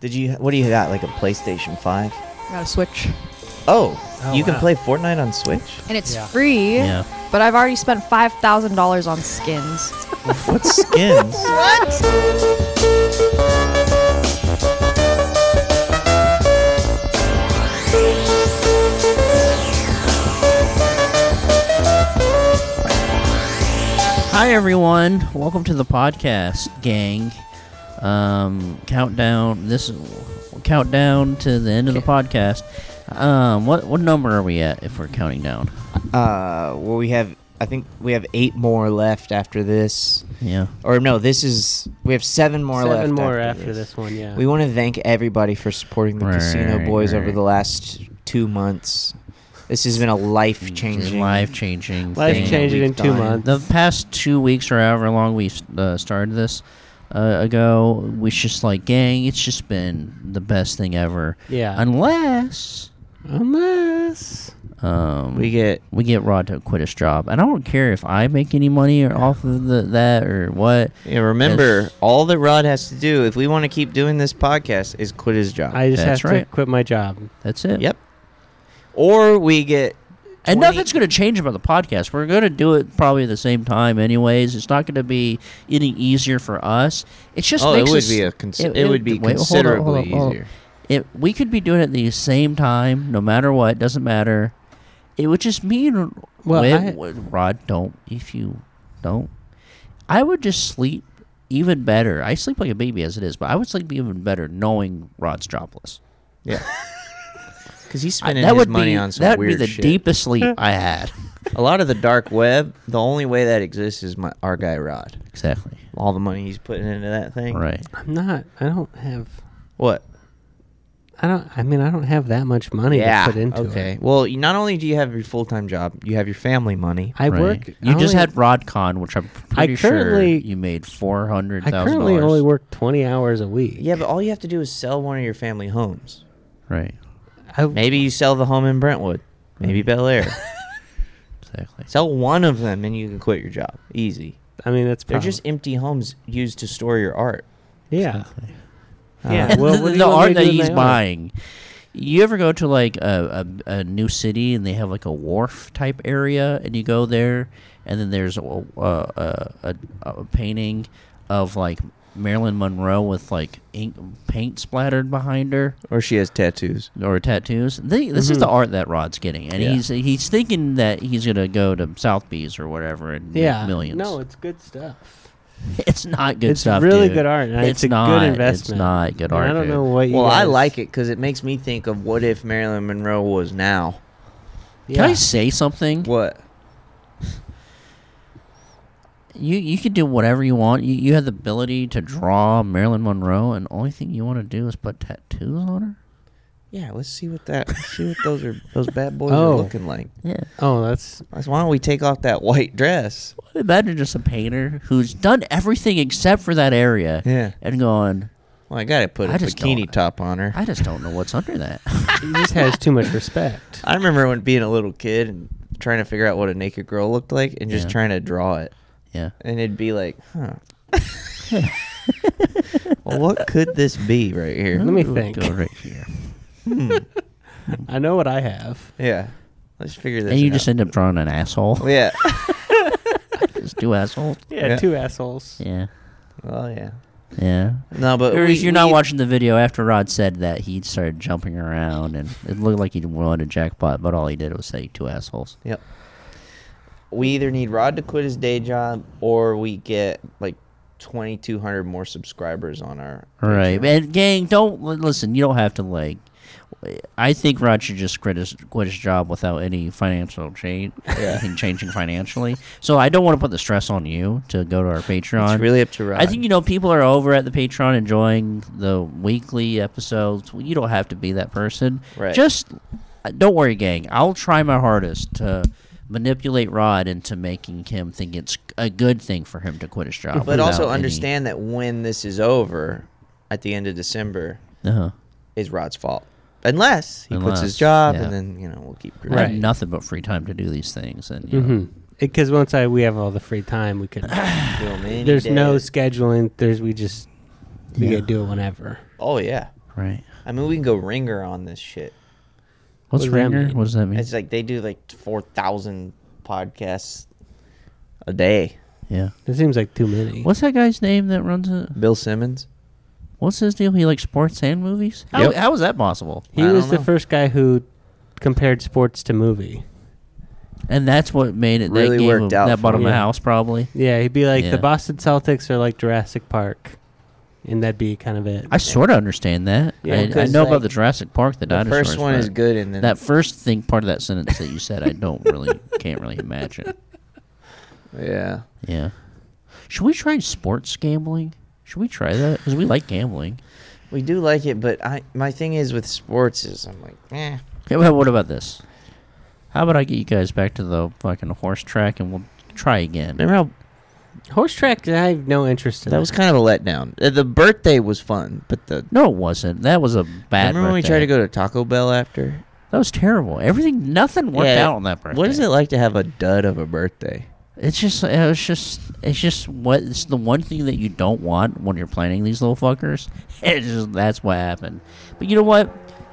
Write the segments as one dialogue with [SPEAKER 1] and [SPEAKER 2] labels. [SPEAKER 1] Did you? What do you got? Like a PlayStation Five?
[SPEAKER 2] Got a Switch,
[SPEAKER 1] Oh,
[SPEAKER 3] Oh,
[SPEAKER 1] you can
[SPEAKER 3] wow.
[SPEAKER 1] play Fortnite on Switch.
[SPEAKER 2] and it's
[SPEAKER 3] Yeah.
[SPEAKER 2] free.
[SPEAKER 4] Yeah.
[SPEAKER 2] But I've already spent five thousand dollars on skins.
[SPEAKER 1] What skins?
[SPEAKER 4] Hi, everyone. Welcome to the podcast, gang. Um, countdown. This countdown to the end of the podcast. Um, what what number are we at if we're counting down?
[SPEAKER 1] Uh, well, we have. I think we have eight more left after this.
[SPEAKER 4] Yeah.
[SPEAKER 1] Or no, this is we have seven more left.
[SPEAKER 3] Seven more after, this. one, yeah.
[SPEAKER 1] We want to thank everybody for supporting the
[SPEAKER 4] Right,
[SPEAKER 1] Casino
[SPEAKER 4] right,
[SPEAKER 1] Boys over
[SPEAKER 4] right.
[SPEAKER 1] the last two months. This has been a life changing.
[SPEAKER 4] Mm, Life changing.
[SPEAKER 3] Life changing in
[SPEAKER 1] we've
[SPEAKER 3] two
[SPEAKER 1] done.
[SPEAKER 3] months.
[SPEAKER 4] The past two weeks or however long we uh, started this uh, ago, we just like, gang, it's just been the best thing ever.
[SPEAKER 3] yeah.
[SPEAKER 4] Unless
[SPEAKER 3] Unless
[SPEAKER 4] um,
[SPEAKER 1] We get
[SPEAKER 4] we get Rod to quit his job, and I don't care if I make any money or off of the, that or what.
[SPEAKER 1] yeah, remember
[SPEAKER 4] Yes.
[SPEAKER 1] all that Rod has to do if we want to keep doing this podcast is quit his job.
[SPEAKER 3] I just
[SPEAKER 4] That's
[SPEAKER 3] have
[SPEAKER 4] right.
[SPEAKER 3] to quit my job.
[SPEAKER 4] That's it.
[SPEAKER 1] yep. Or we get
[SPEAKER 4] And
[SPEAKER 1] 20
[SPEAKER 4] nothing's going to change about the podcast. We're going to do it probably at the same time, anyways. It's not going to be any easier for us. It's just
[SPEAKER 1] oh, it
[SPEAKER 4] makes
[SPEAKER 1] would
[SPEAKER 4] us-
[SPEAKER 1] be a cons-
[SPEAKER 4] it-
[SPEAKER 1] it,
[SPEAKER 4] it-
[SPEAKER 1] would be
[SPEAKER 4] wait, hold on,
[SPEAKER 1] considerably
[SPEAKER 4] hold on, hold on.
[SPEAKER 1] easier.
[SPEAKER 4] it we could be doing it at the same time, no matter what, doesn't matter. It would just mean
[SPEAKER 3] Well,
[SPEAKER 4] when-
[SPEAKER 3] I-
[SPEAKER 4] when- Rod, don't if you don't. I would just sleep even better. I sleep like a baby as it is, but I would sleep even better knowing Rod's jobless.
[SPEAKER 1] Yeah. Because he's
[SPEAKER 4] I-
[SPEAKER 1] spending
[SPEAKER 4] that
[SPEAKER 1] his
[SPEAKER 4] would
[SPEAKER 1] money
[SPEAKER 4] be
[SPEAKER 1] on some
[SPEAKER 4] that would
[SPEAKER 1] weird
[SPEAKER 4] be the
[SPEAKER 1] shit.
[SPEAKER 4] deepest sleep I had.
[SPEAKER 1] A lot of the dark web, the only way that exists is my, our guy Rod.
[SPEAKER 4] Exactly.
[SPEAKER 1] All the money he's putting into that thing.
[SPEAKER 4] Right.
[SPEAKER 3] I'm not. I don't have.
[SPEAKER 1] What?
[SPEAKER 3] I don't. I mean, I don't have that much money
[SPEAKER 1] yeah.
[SPEAKER 3] to put into
[SPEAKER 1] okay.
[SPEAKER 3] it.
[SPEAKER 1] Well, you, not only do you have your full time job, you have your family money.
[SPEAKER 3] I
[SPEAKER 4] right.
[SPEAKER 3] work.
[SPEAKER 4] You
[SPEAKER 3] I only-
[SPEAKER 4] just had RodCon, which I'm pretty sure
[SPEAKER 3] currently-
[SPEAKER 4] you made four hundred
[SPEAKER 3] I
[SPEAKER 4] thousand
[SPEAKER 3] currently
[SPEAKER 4] dollars.
[SPEAKER 3] only work twenty hours a week.
[SPEAKER 1] Yeah, but all you have to do is sell one of your family homes.
[SPEAKER 4] Right.
[SPEAKER 3] I,
[SPEAKER 1] Maybe you sell the home in Brentwood. Maybe Bel Air.
[SPEAKER 4] Exactly.
[SPEAKER 1] sell one of them and you can quit your job. Easy.
[SPEAKER 3] I mean, that's
[SPEAKER 1] They're
[SPEAKER 3] probably,
[SPEAKER 1] just empty homes used to store your art.
[SPEAKER 3] yeah.
[SPEAKER 1] Uh,
[SPEAKER 3] Yeah. Well, what do you want
[SPEAKER 4] the
[SPEAKER 3] me
[SPEAKER 4] art
[SPEAKER 3] to
[SPEAKER 4] that
[SPEAKER 3] do with
[SPEAKER 4] he's
[SPEAKER 3] my art?
[SPEAKER 4] buying. You ever go to like a, a, a new city and they have like a wharf type area and you go there and then there's a, a, a, a, a painting of like Marilyn Monroe with like ink paint splattered behind her
[SPEAKER 1] Or she has tattoos.
[SPEAKER 4] or tattoos. They, this is the
[SPEAKER 3] Mm-hmm.
[SPEAKER 4] art that Rod's getting and
[SPEAKER 1] Yeah.
[SPEAKER 4] he's he's thinking that he's gonna go to Sotheby's or whatever and make
[SPEAKER 3] Yeah.
[SPEAKER 4] millions.
[SPEAKER 3] No, it's good stuff.
[SPEAKER 4] it's not good
[SPEAKER 3] it's
[SPEAKER 4] stuff.
[SPEAKER 3] really
[SPEAKER 4] dude.
[SPEAKER 3] good art, and
[SPEAKER 4] It's,
[SPEAKER 3] it's a good
[SPEAKER 4] not. It's
[SPEAKER 3] investment.
[SPEAKER 4] not good
[SPEAKER 3] And
[SPEAKER 4] art.
[SPEAKER 3] I don't
[SPEAKER 4] dude.
[SPEAKER 3] know what. You
[SPEAKER 1] Well, I
[SPEAKER 3] guys-
[SPEAKER 1] like it because it makes me think of what if Marilyn Monroe was now?
[SPEAKER 3] Yeah.
[SPEAKER 4] Can I say something?
[SPEAKER 1] What?
[SPEAKER 4] You you could do whatever you want. You, you have the ability to draw Marilyn Monroe, and the only thing you want to do is put tattoos on her.
[SPEAKER 1] Yeah, let's see what that let's see what those are those bad boys
[SPEAKER 3] Oh.
[SPEAKER 1] are looking like.
[SPEAKER 4] Yeah.
[SPEAKER 3] oh, that's
[SPEAKER 1] Let's- Why don't we take off that white dress?
[SPEAKER 4] Imagine just a painter who's done everything except for that area,
[SPEAKER 1] Yeah.
[SPEAKER 4] and going,
[SPEAKER 1] Well, I gotta put a
[SPEAKER 4] I just
[SPEAKER 1] bikini
[SPEAKER 4] don't-
[SPEAKER 1] top on her.
[SPEAKER 4] I just don't know what's under that.
[SPEAKER 3] he just has too much respect.
[SPEAKER 1] I remember when being a little kid and trying to figure out what a naked girl looked like and just
[SPEAKER 4] Yeah.
[SPEAKER 1] trying to draw it.
[SPEAKER 4] yeah.
[SPEAKER 1] And it'd be like, huh. well, what could this be right here? Hmm.
[SPEAKER 3] Let me
[SPEAKER 4] Ooh,
[SPEAKER 3] think.
[SPEAKER 4] Go right here,
[SPEAKER 3] I know what I have.
[SPEAKER 1] Yeah. Let's figure this
[SPEAKER 4] and you
[SPEAKER 1] out.
[SPEAKER 4] just end up drawing an asshole.
[SPEAKER 1] Yeah.
[SPEAKER 4] just two assholes.
[SPEAKER 3] Yeah,
[SPEAKER 1] Yeah.
[SPEAKER 3] two assholes.
[SPEAKER 4] Yeah.
[SPEAKER 1] well, yeah.
[SPEAKER 4] Yeah.
[SPEAKER 1] No, but
[SPEAKER 4] Or
[SPEAKER 1] we-
[SPEAKER 4] if you're not
[SPEAKER 1] we-
[SPEAKER 4] watching the video after Rod said that, he started jumping around, and it looked like he won a jackpot, but all he did was say two assholes.
[SPEAKER 1] Yep. We either need Rod to quit his day job or we get like 2,200 more subscribers on our.
[SPEAKER 4] All right,
[SPEAKER 1] Patreon.
[SPEAKER 4] and gang, don't li- listen. You don't have to like. I think Rod should just quit his quit his job without any financial change, anything changing financially. So I don't want to put the stress on you to go to our Patreon.
[SPEAKER 1] It's really up to Rod.
[SPEAKER 4] I think you know people are over at the Patreon enjoying the weekly episodes. You don't have to be that person.
[SPEAKER 1] Right.
[SPEAKER 4] Just uh, don't worry, gang. I'll try my hardest to manipulate Rod into making him think it's a good thing for him to quit his job.
[SPEAKER 1] But also
[SPEAKER 4] without any-
[SPEAKER 1] understand that when this is over at the end of December
[SPEAKER 4] Uh-huh.
[SPEAKER 1] is Rod's fault. Unless he puts his
[SPEAKER 4] Unless,
[SPEAKER 1] job
[SPEAKER 4] yeah.
[SPEAKER 1] and then, you know, we'll keep
[SPEAKER 4] I have
[SPEAKER 3] Right.
[SPEAKER 4] nothing but free time to do these things, and you know,
[SPEAKER 3] Mm-hmm. Because once I we have all the free time, we could.
[SPEAKER 1] Doing many
[SPEAKER 3] there's no
[SPEAKER 1] days.
[SPEAKER 3] scheduling. There's we just we
[SPEAKER 4] Yeah.
[SPEAKER 3] could do it whenever.
[SPEAKER 1] Oh, yeah.
[SPEAKER 4] Right.
[SPEAKER 1] I mean, we can go ringer on this shit.
[SPEAKER 4] What's
[SPEAKER 3] does that
[SPEAKER 4] ringer?
[SPEAKER 3] mean?
[SPEAKER 4] What does that mean?
[SPEAKER 1] It's like they do like four thousand podcasts a day.
[SPEAKER 4] yeah.
[SPEAKER 3] It seems like too many.
[SPEAKER 4] What's that guy's name that runs it?
[SPEAKER 1] Bill Simmons.
[SPEAKER 4] What's his deal? He likes sports and movies. How,
[SPEAKER 1] Yep.
[SPEAKER 4] how is that possible?
[SPEAKER 3] He
[SPEAKER 1] I don't
[SPEAKER 3] was the
[SPEAKER 1] know.
[SPEAKER 3] first guy who compared sports to movie.
[SPEAKER 4] And that's what made it.
[SPEAKER 1] Really
[SPEAKER 4] that gave
[SPEAKER 1] worked
[SPEAKER 4] him,
[SPEAKER 1] out
[SPEAKER 4] That
[SPEAKER 1] for
[SPEAKER 4] bought him
[SPEAKER 3] him.
[SPEAKER 4] a
[SPEAKER 3] Yeah.
[SPEAKER 4] house, probably.
[SPEAKER 3] Yeah, he'd be like,
[SPEAKER 4] Yeah.
[SPEAKER 3] the Boston Celtics are like Jurassic Park. And that'd be kind of it.
[SPEAKER 4] I sort of understand that.
[SPEAKER 3] Yeah,
[SPEAKER 4] I, I
[SPEAKER 1] because,
[SPEAKER 4] know
[SPEAKER 1] like,
[SPEAKER 4] about the Jurassic Park, the,
[SPEAKER 1] The
[SPEAKER 4] dinosaurs.
[SPEAKER 1] first one
[SPEAKER 4] but
[SPEAKER 1] is good, and then
[SPEAKER 4] That first thing, part of that sentence that you said, I don't really, can't really imagine.
[SPEAKER 1] yeah.
[SPEAKER 4] Yeah. Should we try sports gambling? Should we try that? Because we like gambling.
[SPEAKER 1] We do like it, but I my thing is with sports is I'm like, eh.
[SPEAKER 4] Okay, well, what about this? How about I get you guys back to the fucking horse track and we'll try again?
[SPEAKER 1] Remember how
[SPEAKER 3] Horse track, I have no interest in
[SPEAKER 1] that was kind of a letdown. Uh, The birthday was fun, but the
[SPEAKER 4] No, it wasn't. That was a bad.
[SPEAKER 1] remember when we
[SPEAKER 4] birthday.
[SPEAKER 1] tried to go to Taco Bell after?
[SPEAKER 4] That was terrible. Everything, nothing worked
[SPEAKER 1] Yeah,
[SPEAKER 4] out on that birthday.
[SPEAKER 1] What is it like to have a dud of a birthday?
[SPEAKER 4] It's just, it was just, it's just what it's the one thing that you don't want when you're planning these little fuckers. It's just that's what happened. But you know what?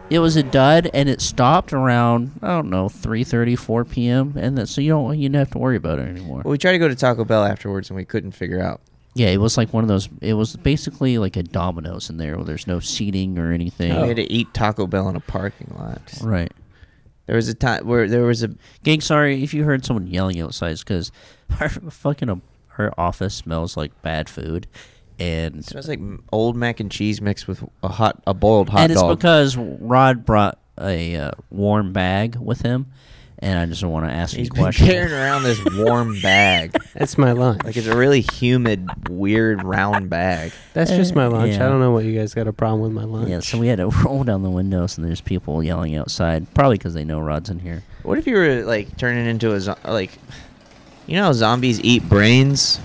[SPEAKER 4] It was a dud, and it stopped around I don't know 3:30, 4 p.m. And that so you don't you don't have to worry about it anymore.
[SPEAKER 1] Well, we tried to go to Taco Bell afterwards, and we couldn't figure out.
[SPEAKER 4] Yeah, it was like one of those. It was basically like a Domino's in there where there's no seating or anything.
[SPEAKER 1] We had to eat Taco Bell in a parking lot.
[SPEAKER 4] Right.
[SPEAKER 1] There was a time where there was a
[SPEAKER 4] Gang, sorry if you heard someone yelling outside, because our fucking um, her office smells like bad food, and
[SPEAKER 1] It smells like m- old mac and cheese mixed with a hot, a boiled hot
[SPEAKER 4] and it's
[SPEAKER 1] dog.
[SPEAKER 4] because Rod brought a uh, warm bag with him, and I just want to ask
[SPEAKER 1] He's
[SPEAKER 4] you a
[SPEAKER 1] been
[SPEAKER 4] question.
[SPEAKER 1] carrying around this warm bag,
[SPEAKER 3] That's my lunch.
[SPEAKER 1] like it's a really humid, weird round bag.
[SPEAKER 3] That's just my lunch.
[SPEAKER 4] eh, yeah.
[SPEAKER 3] I don't know what you guys got a problem with my lunch.
[SPEAKER 4] yeah, so we had to roll down the windows, and there's people yelling outside, probably because they know Rod's in here.
[SPEAKER 1] What if you were like turning into a zo- like, you know, how zombies eat brains.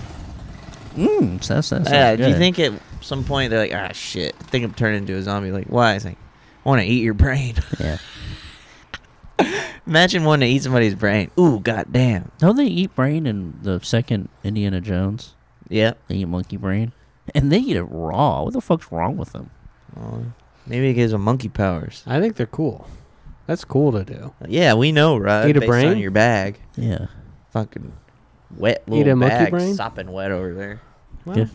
[SPEAKER 4] Mm, so that's that's
[SPEAKER 1] Yeah.
[SPEAKER 4] that's
[SPEAKER 1] Do you
[SPEAKER 4] good.
[SPEAKER 1] think at some point they're like, ah, shit, I think I'm turning into a zombie? Like, why? It's like, I want to eat your brain.
[SPEAKER 4] Yeah.
[SPEAKER 1] Imagine wanting to eat somebody's brain. Ooh, goddamn.
[SPEAKER 4] Don't they eat brain in the second Indiana Jones?
[SPEAKER 1] Yep.
[SPEAKER 4] They eat monkey brain, and they eat it raw. What the fuck's wrong with them?
[SPEAKER 1] Well, maybe it gives them monkey powers.
[SPEAKER 3] I think they're cool. That's cool to do.
[SPEAKER 1] Yeah, we know, right?
[SPEAKER 3] Eat a
[SPEAKER 1] based on
[SPEAKER 3] brain?
[SPEAKER 1] your bag.
[SPEAKER 4] Yeah.
[SPEAKER 1] fucking wet
[SPEAKER 3] Eat
[SPEAKER 1] little
[SPEAKER 3] a monkey
[SPEAKER 1] bag,
[SPEAKER 3] brain?
[SPEAKER 1] sopping wet over there.
[SPEAKER 3] Well,
[SPEAKER 4] Good.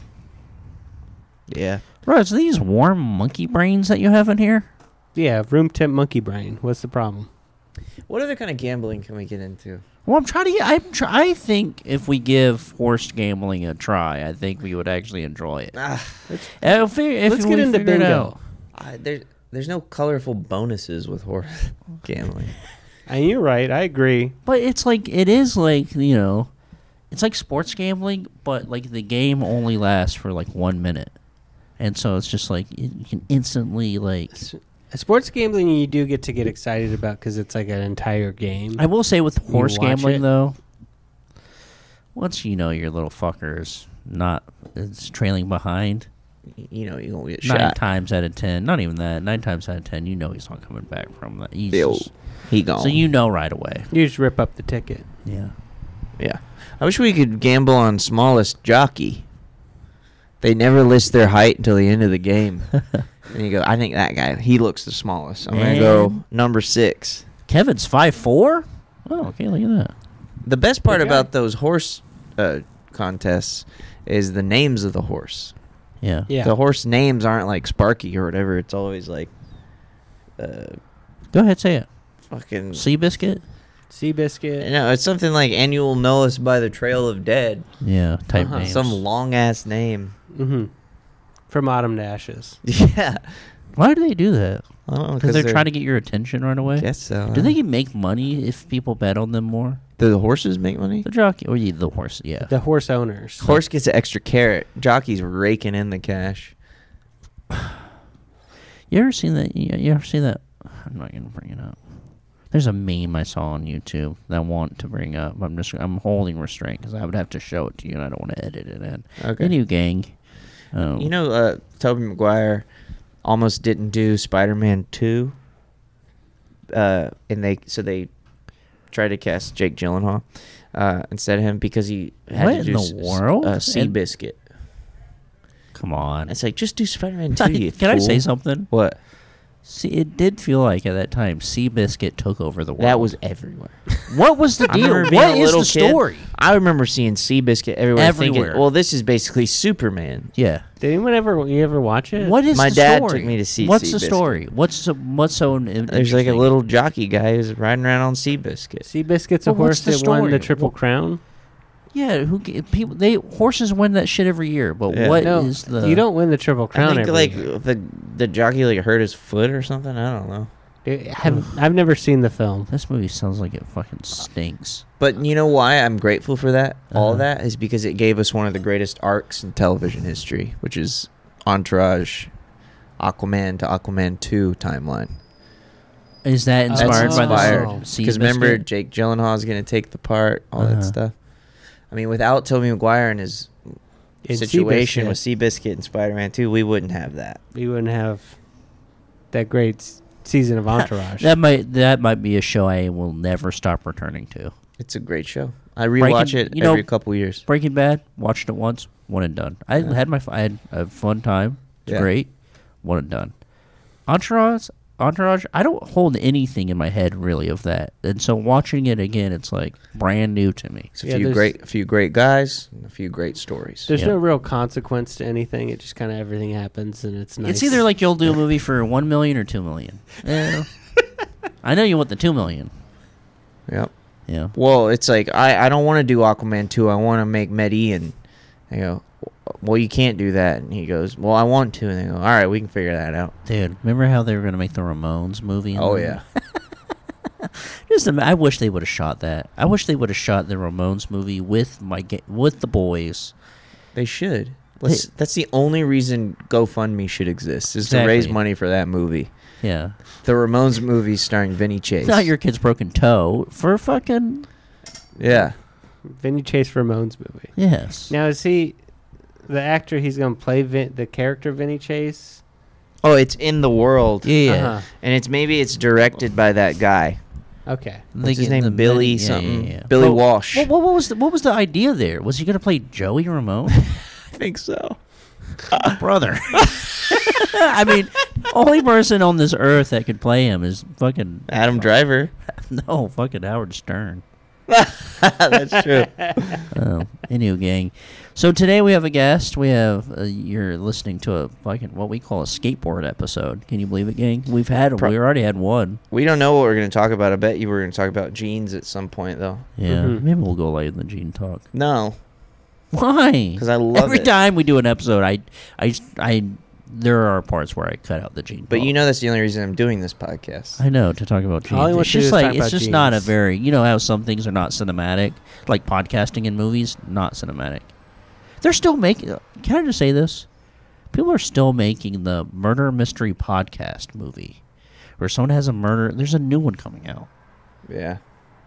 [SPEAKER 1] Yeah,
[SPEAKER 4] Bro, it's these warm monkey brains that you have in here.
[SPEAKER 3] Yeah, room temp monkey brain. What's the problem?
[SPEAKER 1] what other kind of gambling can we get into?
[SPEAKER 4] Well, I'm trying to. Get, I'm. Try, I think if we give horse gambling a try, I think we would actually enjoy it.
[SPEAKER 1] Ah,
[SPEAKER 4] If, we- if
[SPEAKER 3] Let's
[SPEAKER 4] we
[SPEAKER 3] get into
[SPEAKER 4] Uh, figure it
[SPEAKER 3] bingo.
[SPEAKER 4] out.
[SPEAKER 1] I, there, there's no colorful bonuses with horse gambling.
[SPEAKER 3] And you're right. I agree.
[SPEAKER 4] But it's like it is like you know, it's like sports gambling, but like the game only lasts for like one minute, and so it's just like you you can instantly like.
[SPEAKER 3] uh, Sports gambling, you do get to get excited about because it's like an entire game.
[SPEAKER 4] I will say with horse
[SPEAKER 3] watch
[SPEAKER 4] gambling
[SPEAKER 3] it?
[SPEAKER 4] though, once you know your little fucker is not is trailing behind,
[SPEAKER 1] You know, you gonna get
[SPEAKER 4] nine
[SPEAKER 1] shot.
[SPEAKER 4] times out of ten, not even that, nine times out of ten, you know he's not coming back from that. He's
[SPEAKER 1] Bill,
[SPEAKER 4] just-
[SPEAKER 1] he gone.
[SPEAKER 4] so you know right away.
[SPEAKER 3] you just rip up the ticket.
[SPEAKER 4] Yeah.
[SPEAKER 1] yeah. I wish we could gamble on smallest jockey. They never list their height until the end of the game. and you go, I think that guy, he looks the smallest. I'm gonna go
[SPEAKER 4] Man.
[SPEAKER 1] number six.
[SPEAKER 4] Kevin's five four. Oh, okay, look at that.
[SPEAKER 1] The best part
[SPEAKER 3] guy.
[SPEAKER 1] about those horse uh, contests is the names of the horse.
[SPEAKER 4] Yeah.
[SPEAKER 3] Yeah.
[SPEAKER 1] The horse names aren't like Sparky or whatever. It's always like, uh,
[SPEAKER 4] Go ahead, say it.
[SPEAKER 1] fucking.
[SPEAKER 4] Sea biscuit.
[SPEAKER 3] Sea biscuit.
[SPEAKER 1] No, it's something like annual Noah's by the Trail of Dead.
[SPEAKER 4] Yeah. Type
[SPEAKER 1] Uh-huh,
[SPEAKER 4] names.
[SPEAKER 1] Some long ass name.
[SPEAKER 3] Mm-hmm. From autumn to ashes.
[SPEAKER 1] Yeah.
[SPEAKER 4] Why do they do that?
[SPEAKER 1] I don't know,
[SPEAKER 4] Because they're, trying to get your attention right away.
[SPEAKER 1] I guess so.
[SPEAKER 4] Do they make money if people bet on them more?
[SPEAKER 1] Do the horses make money?
[SPEAKER 4] The jockey or yeah, the horse? Yeah.
[SPEAKER 3] The horse owners.
[SPEAKER 1] Horse gets an extra carrot. Jockey's raking in the cash.
[SPEAKER 4] You ever seen that? You, you ever seen that? I'm not gonna bring it up. There's a meme I saw on YouTube that I want to bring up. I'm just I'm holding restraint because I would have to show it to you, and I don't want to edit it in.
[SPEAKER 1] Okay.
[SPEAKER 4] Anyway, gang. Um,
[SPEAKER 1] You know, uh, Tobey Maguire almost didn't do Spider-Man two, uh, and they so they tried to cast Jake Gyllenhaal uh, instead of him because he had
[SPEAKER 4] What
[SPEAKER 1] to
[SPEAKER 4] in
[SPEAKER 1] do
[SPEAKER 4] the
[SPEAKER 1] s- s-
[SPEAKER 4] world?
[SPEAKER 1] uh, Sea
[SPEAKER 4] And-
[SPEAKER 1] Biscuit.
[SPEAKER 4] come on.
[SPEAKER 1] It's like just do Spider-Man two.
[SPEAKER 4] Can
[SPEAKER 1] you
[SPEAKER 4] I
[SPEAKER 1] fool.
[SPEAKER 4] say something?
[SPEAKER 1] What?
[SPEAKER 4] See, it did feel like at that time, Seabiscuit took over the world.
[SPEAKER 1] That was everywhere.
[SPEAKER 4] what was the
[SPEAKER 1] I remember
[SPEAKER 4] deal?
[SPEAKER 1] being
[SPEAKER 4] What
[SPEAKER 1] a
[SPEAKER 4] is
[SPEAKER 1] little
[SPEAKER 4] the
[SPEAKER 1] kid,
[SPEAKER 4] story?
[SPEAKER 1] I remember seeing Seabiscuit everywhere.
[SPEAKER 4] Everywhere.
[SPEAKER 1] Thinking, well, this is basically Superman.
[SPEAKER 4] Yeah.
[SPEAKER 3] Did anyone ever you ever watch it?
[SPEAKER 4] What is
[SPEAKER 1] My
[SPEAKER 4] the
[SPEAKER 1] dad
[SPEAKER 4] story?
[SPEAKER 1] took me to see
[SPEAKER 4] What's the
[SPEAKER 1] Seabiscuit.
[SPEAKER 4] story? What's so, what's so in-
[SPEAKER 1] There's like a
[SPEAKER 4] interesting?
[SPEAKER 1] little jockey guy who's riding around on Seabiscuit.
[SPEAKER 3] Seabiscuit's a
[SPEAKER 4] Well, what's
[SPEAKER 3] horse
[SPEAKER 4] the
[SPEAKER 3] that won
[SPEAKER 4] story?
[SPEAKER 3] the Triple
[SPEAKER 4] Wh-
[SPEAKER 3] Crown.
[SPEAKER 4] yeah. Who g- people they horses win that shit every year, but what
[SPEAKER 1] Yeah.
[SPEAKER 4] is
[SPEAKER 3] no,
[SPEAKER 4] the
[SPEAKER 3] you don't win the Triple
[SPEAKER 1] I
[SPEAKER 3] Crown.
[SPEAKER 1] think
[SPEAKER 3] every
[SPEAKER 1] like
[SPEAKER 3] year.
[SPEAKER 4] uh,
[SPEAKER 1] the the jockey like hurt his foot or something. I don't know.
[SPEAKER 3] Dude, I've, I've never seen the film.
[SPEAKER 4] This movie sounds like it fucking stinks.
[SPEAKER 1] But you know why I'm grateful for that? All
[SPEAKER 4] Uh-huh.
[SPEAKER 1] that is because it gave us one of the greatest arcs in television history, which is Entourage, Aquaman to Aquaman 2 timeline.
[SPEAKER 4] Is that
[SPEAKER 3] That's
[SPEAKER 4] inspired by
[SPEAKER 3] inspired.
[SPEAKER 4] the sea?
[SPEAKER 1] Because remember, Jake Gyllenhaal is going to take the part, all
[SPEAKER 4] Uh-huh.
[SPEAKER 1] that stuff. I mean, without Tobey Maguire and his
[SPEAKER 3] In
[SPEAKER 1] situation
[SPEAKER 3] Seabiscuit,
[SPEAKER 1] with Seabiscuit and Spider Man 2, we wouldn't have that.
[SPEAKER 3] we wouldn't have that great s- season of Entourage.
[SPEAKER 4] that might that might be a show I will never stop returning to.
[SPEAKER 1] It's a great show. I rewatch
[SPEAKER 4] Breaking-
[SPEAKER 1] it
[SPEAKER 4] you know-
[SPEAKER 1] every couple years.
[SPEAKER 4] Breaking Bad, watched it once, one and done. I
[SPEAKER 1] Yeah.
[SPEAKER 4] had my f- I had a fun time. It's
[SPEAKER 1] Yeah.
[SPEAKER 4] great, one and done. Entourage, Entourage. I don't hold anything in my head really of that, and so watching it again, it's like brand new to me.
[SPEAKER 1] It's a
[SPEAKER 3] Yeah,
[SPEAKER 1] few
[SPEAKER 3] there's-
[SPEAKER 1] great, a few great guys, and a few great stories.
[SPEAKER 3] There's
[SPEAKER 4] Yeah.
[SPEAKER 3] no real consequence to anything. It just kind of everything happens, and it's nice.
[SPEAKER 4] It's either like you'll do a movie for one million or two million. Eh, I know you want the two million.
[SPEAKER 1] Yep.
[SPEAKER 4] Yeah.
[SPEAKER 1] Well, it's like I, I don't want to do Aquaman two. I want to make Medi and I go, well, you can't do that. And he goes, well, I want to. And they go, all right, we can figure that out.
[SPEAKER 4] Dude, remember how they were gonna make the Ramones movie? and
[SPEAKER 1] Oh
[SPEAKER 4] then-
[SPEAKER 1] yeah,
[SPEAKER 4] Just, ima- I wish they would have shot that. I wish they would have shot the Ramones movie with my ga- with the boys.
[SPEAKER 1] they should. Let's, that's the only reason GoFundMe should exist is to raise
[SPEAKER 4] Exactly.
[SPEAKER 1] money for that movie,
[SPEAKER 4] Yeah,
[SPEAKER 1] the Ramones movie starring Vinny Chase.
[SPEAKER 4] not your kid's broken toe for fucking
[SPEAKER 1] yeah.
[SPEAKER 3] Vinny Chase Ramone's movie.
[SPEAKER 4] yes.
[SPEAKER 3] Now is he the actor? He's gonna play Vin, the character Vinny Chase.
[SPEAKER 1] Oh, it's in the world, Uh-huh.
[SPEAKER 4] yeah.
[SPEAKER 1] and it's maybe it's directed by that guy.
[SPEAKER 3] Uh-huh. Okay.
[SPEAKER 1] What's
[SPEAKER 4] They
[SPEAKER 1] his
[SPEAKER 4] get
[SPEAKER 1] name?
[SPEAKER 4] the
[SPEAKER 1] Billy
[SPEAKER 4] mini- yeah,
[SPEAKER 1] something.
[SPEAKER 4] yeah, yeah.
[SPEAKER 1] Billy
[SPEAKER 4] Well,
[SPEAKER 1] Walsh.
[SPEAKER 4] Well, what, what was the, what was the idea there? Was he gonna play Joey Ramone,
[SPEAKER 1] I think so.
[SPEAKER 4] brother? I mean, only person on this earth that could play him is fucking
[SPEAKER 1] Adam Driver.
[SPEAKER 4] no fucking Howard Stern.
[SPEAKER 1] that's true.
[SPEAKER 4] Oh, anywho, gang. So today we have a guest. We have uh, you're listening to a fucking what we call a skateboard episode. Can you believe it, gang? We've had
[SPEAKER 1] Pro-
[SPEAKER 4] we already had one.
[SPEAKER 1] We don't know what we're going to talk about. I bet you were going to talk about jeans at some point, though.
[SPEAKER 4] Yeah,
[SPEAKER 1] Mm-hmm.
[SPEAKER 3] Mhm.
[SPEAKER 4] Mm-hmm. maybe we'll go later than Gene talk.
[SPEAKER 1] No,
[SPEAKER 4] Why?
[SPEAKER 1] because I love
[SPEAKER 4] every
[SPEAKER 1] it.
[SPEAKER 4] time we do an episode, I, I, I, there are parts where I cut out the Gene.
[SPEAKER 1] But
[SPEAKER 4] talk.
[SPEAKER 1] you know that's the only reason I'm doing this podcast.
[SPEAKER 4] I know to talk about
[SPEAKER 3] All he
[SPEAKER 4] jeans. It's
[SPEAKER 3] wants to do
[SPEAKER 4] just
[SPEAKER 3] is
[SPEAKER 4] like
[SPEAKER 3] talk
[SPEAKER 4] it's
[SPEAKER 3] about
[SPEAKER 4] just not a
[SPEAKER 3] jeans.
[SPEAKER 4] very you know how some things are not cinematic, like podcasting and movies, not cinematic. They're still making. Can I just say this? People are still making the murder mystery podcast movie, where someone has a murder. There's a new one coming out.
[SPEAKER 1] Yeah.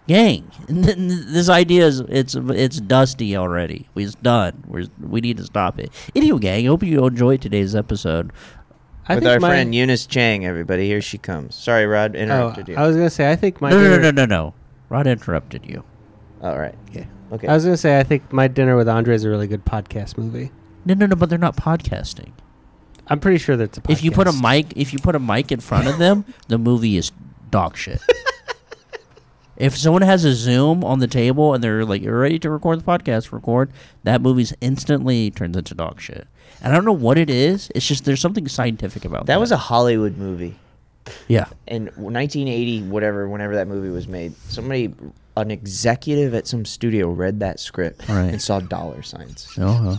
[SPEAKER 4] Gang, n- n- this idea is it's it's dusty already. We- It's done. We're, we need to stop it. Anyway, gang, I hope you enjoyed today's episode.
[SPEAKER 3] I
[SPEAKER 1] With
[SPEAKER 3] think
[SPEAKER 1] our
[SPEAKER 3] my-
[SPEAKER 1] friend Eunice Chang, everybody, here she comes. Sorry, Rod,
[SPEAKER 3] Oh,
[SPEAKER 1] interrupted you.
[SPEAKER 3] I was gonna say I think my
[SPEAKER 4] no, no,
[SPEAKER 3] dinner-
[SPEAKER 4] no, no, no, no. Rod interrupted you.
[SPEAKER 1] All right.
[SPEAKER 4] Yeah.
[SPEAKER 1] Okay.
[SPEAKER 3] I was gonna say I think my dinner with Andre is a really good podcast movie.
[SPEAKER 4] No, no, no. But they're not podcasting.
[SPEAKER 3] I'm pretty sure that's a. Podcast.
[SPEAKER 4] If you put a mic, if you put a mic in front of them, the movie is dog shit. if someone has a Zoom on the table and they're like, "You're ready to record the podcast," record that movie's instantly turns into dog shit. And I don't know what it is. It's just there's something scientific about that.
[SPEAKER 1] that was a Hollywood movie
[SPEAKER 4] yeah.
[SPEAKER 1] in 1980, whatever, whenever that movie was made. Somebody, an executive at some studio, read that script
[SPEAKER 4] Right.
[SPEAKER 1] and saw dollar
[SPEAKER 3] Oh,
[SPEAKER 1] signs.
[SPEAKER 4] Uh-huh.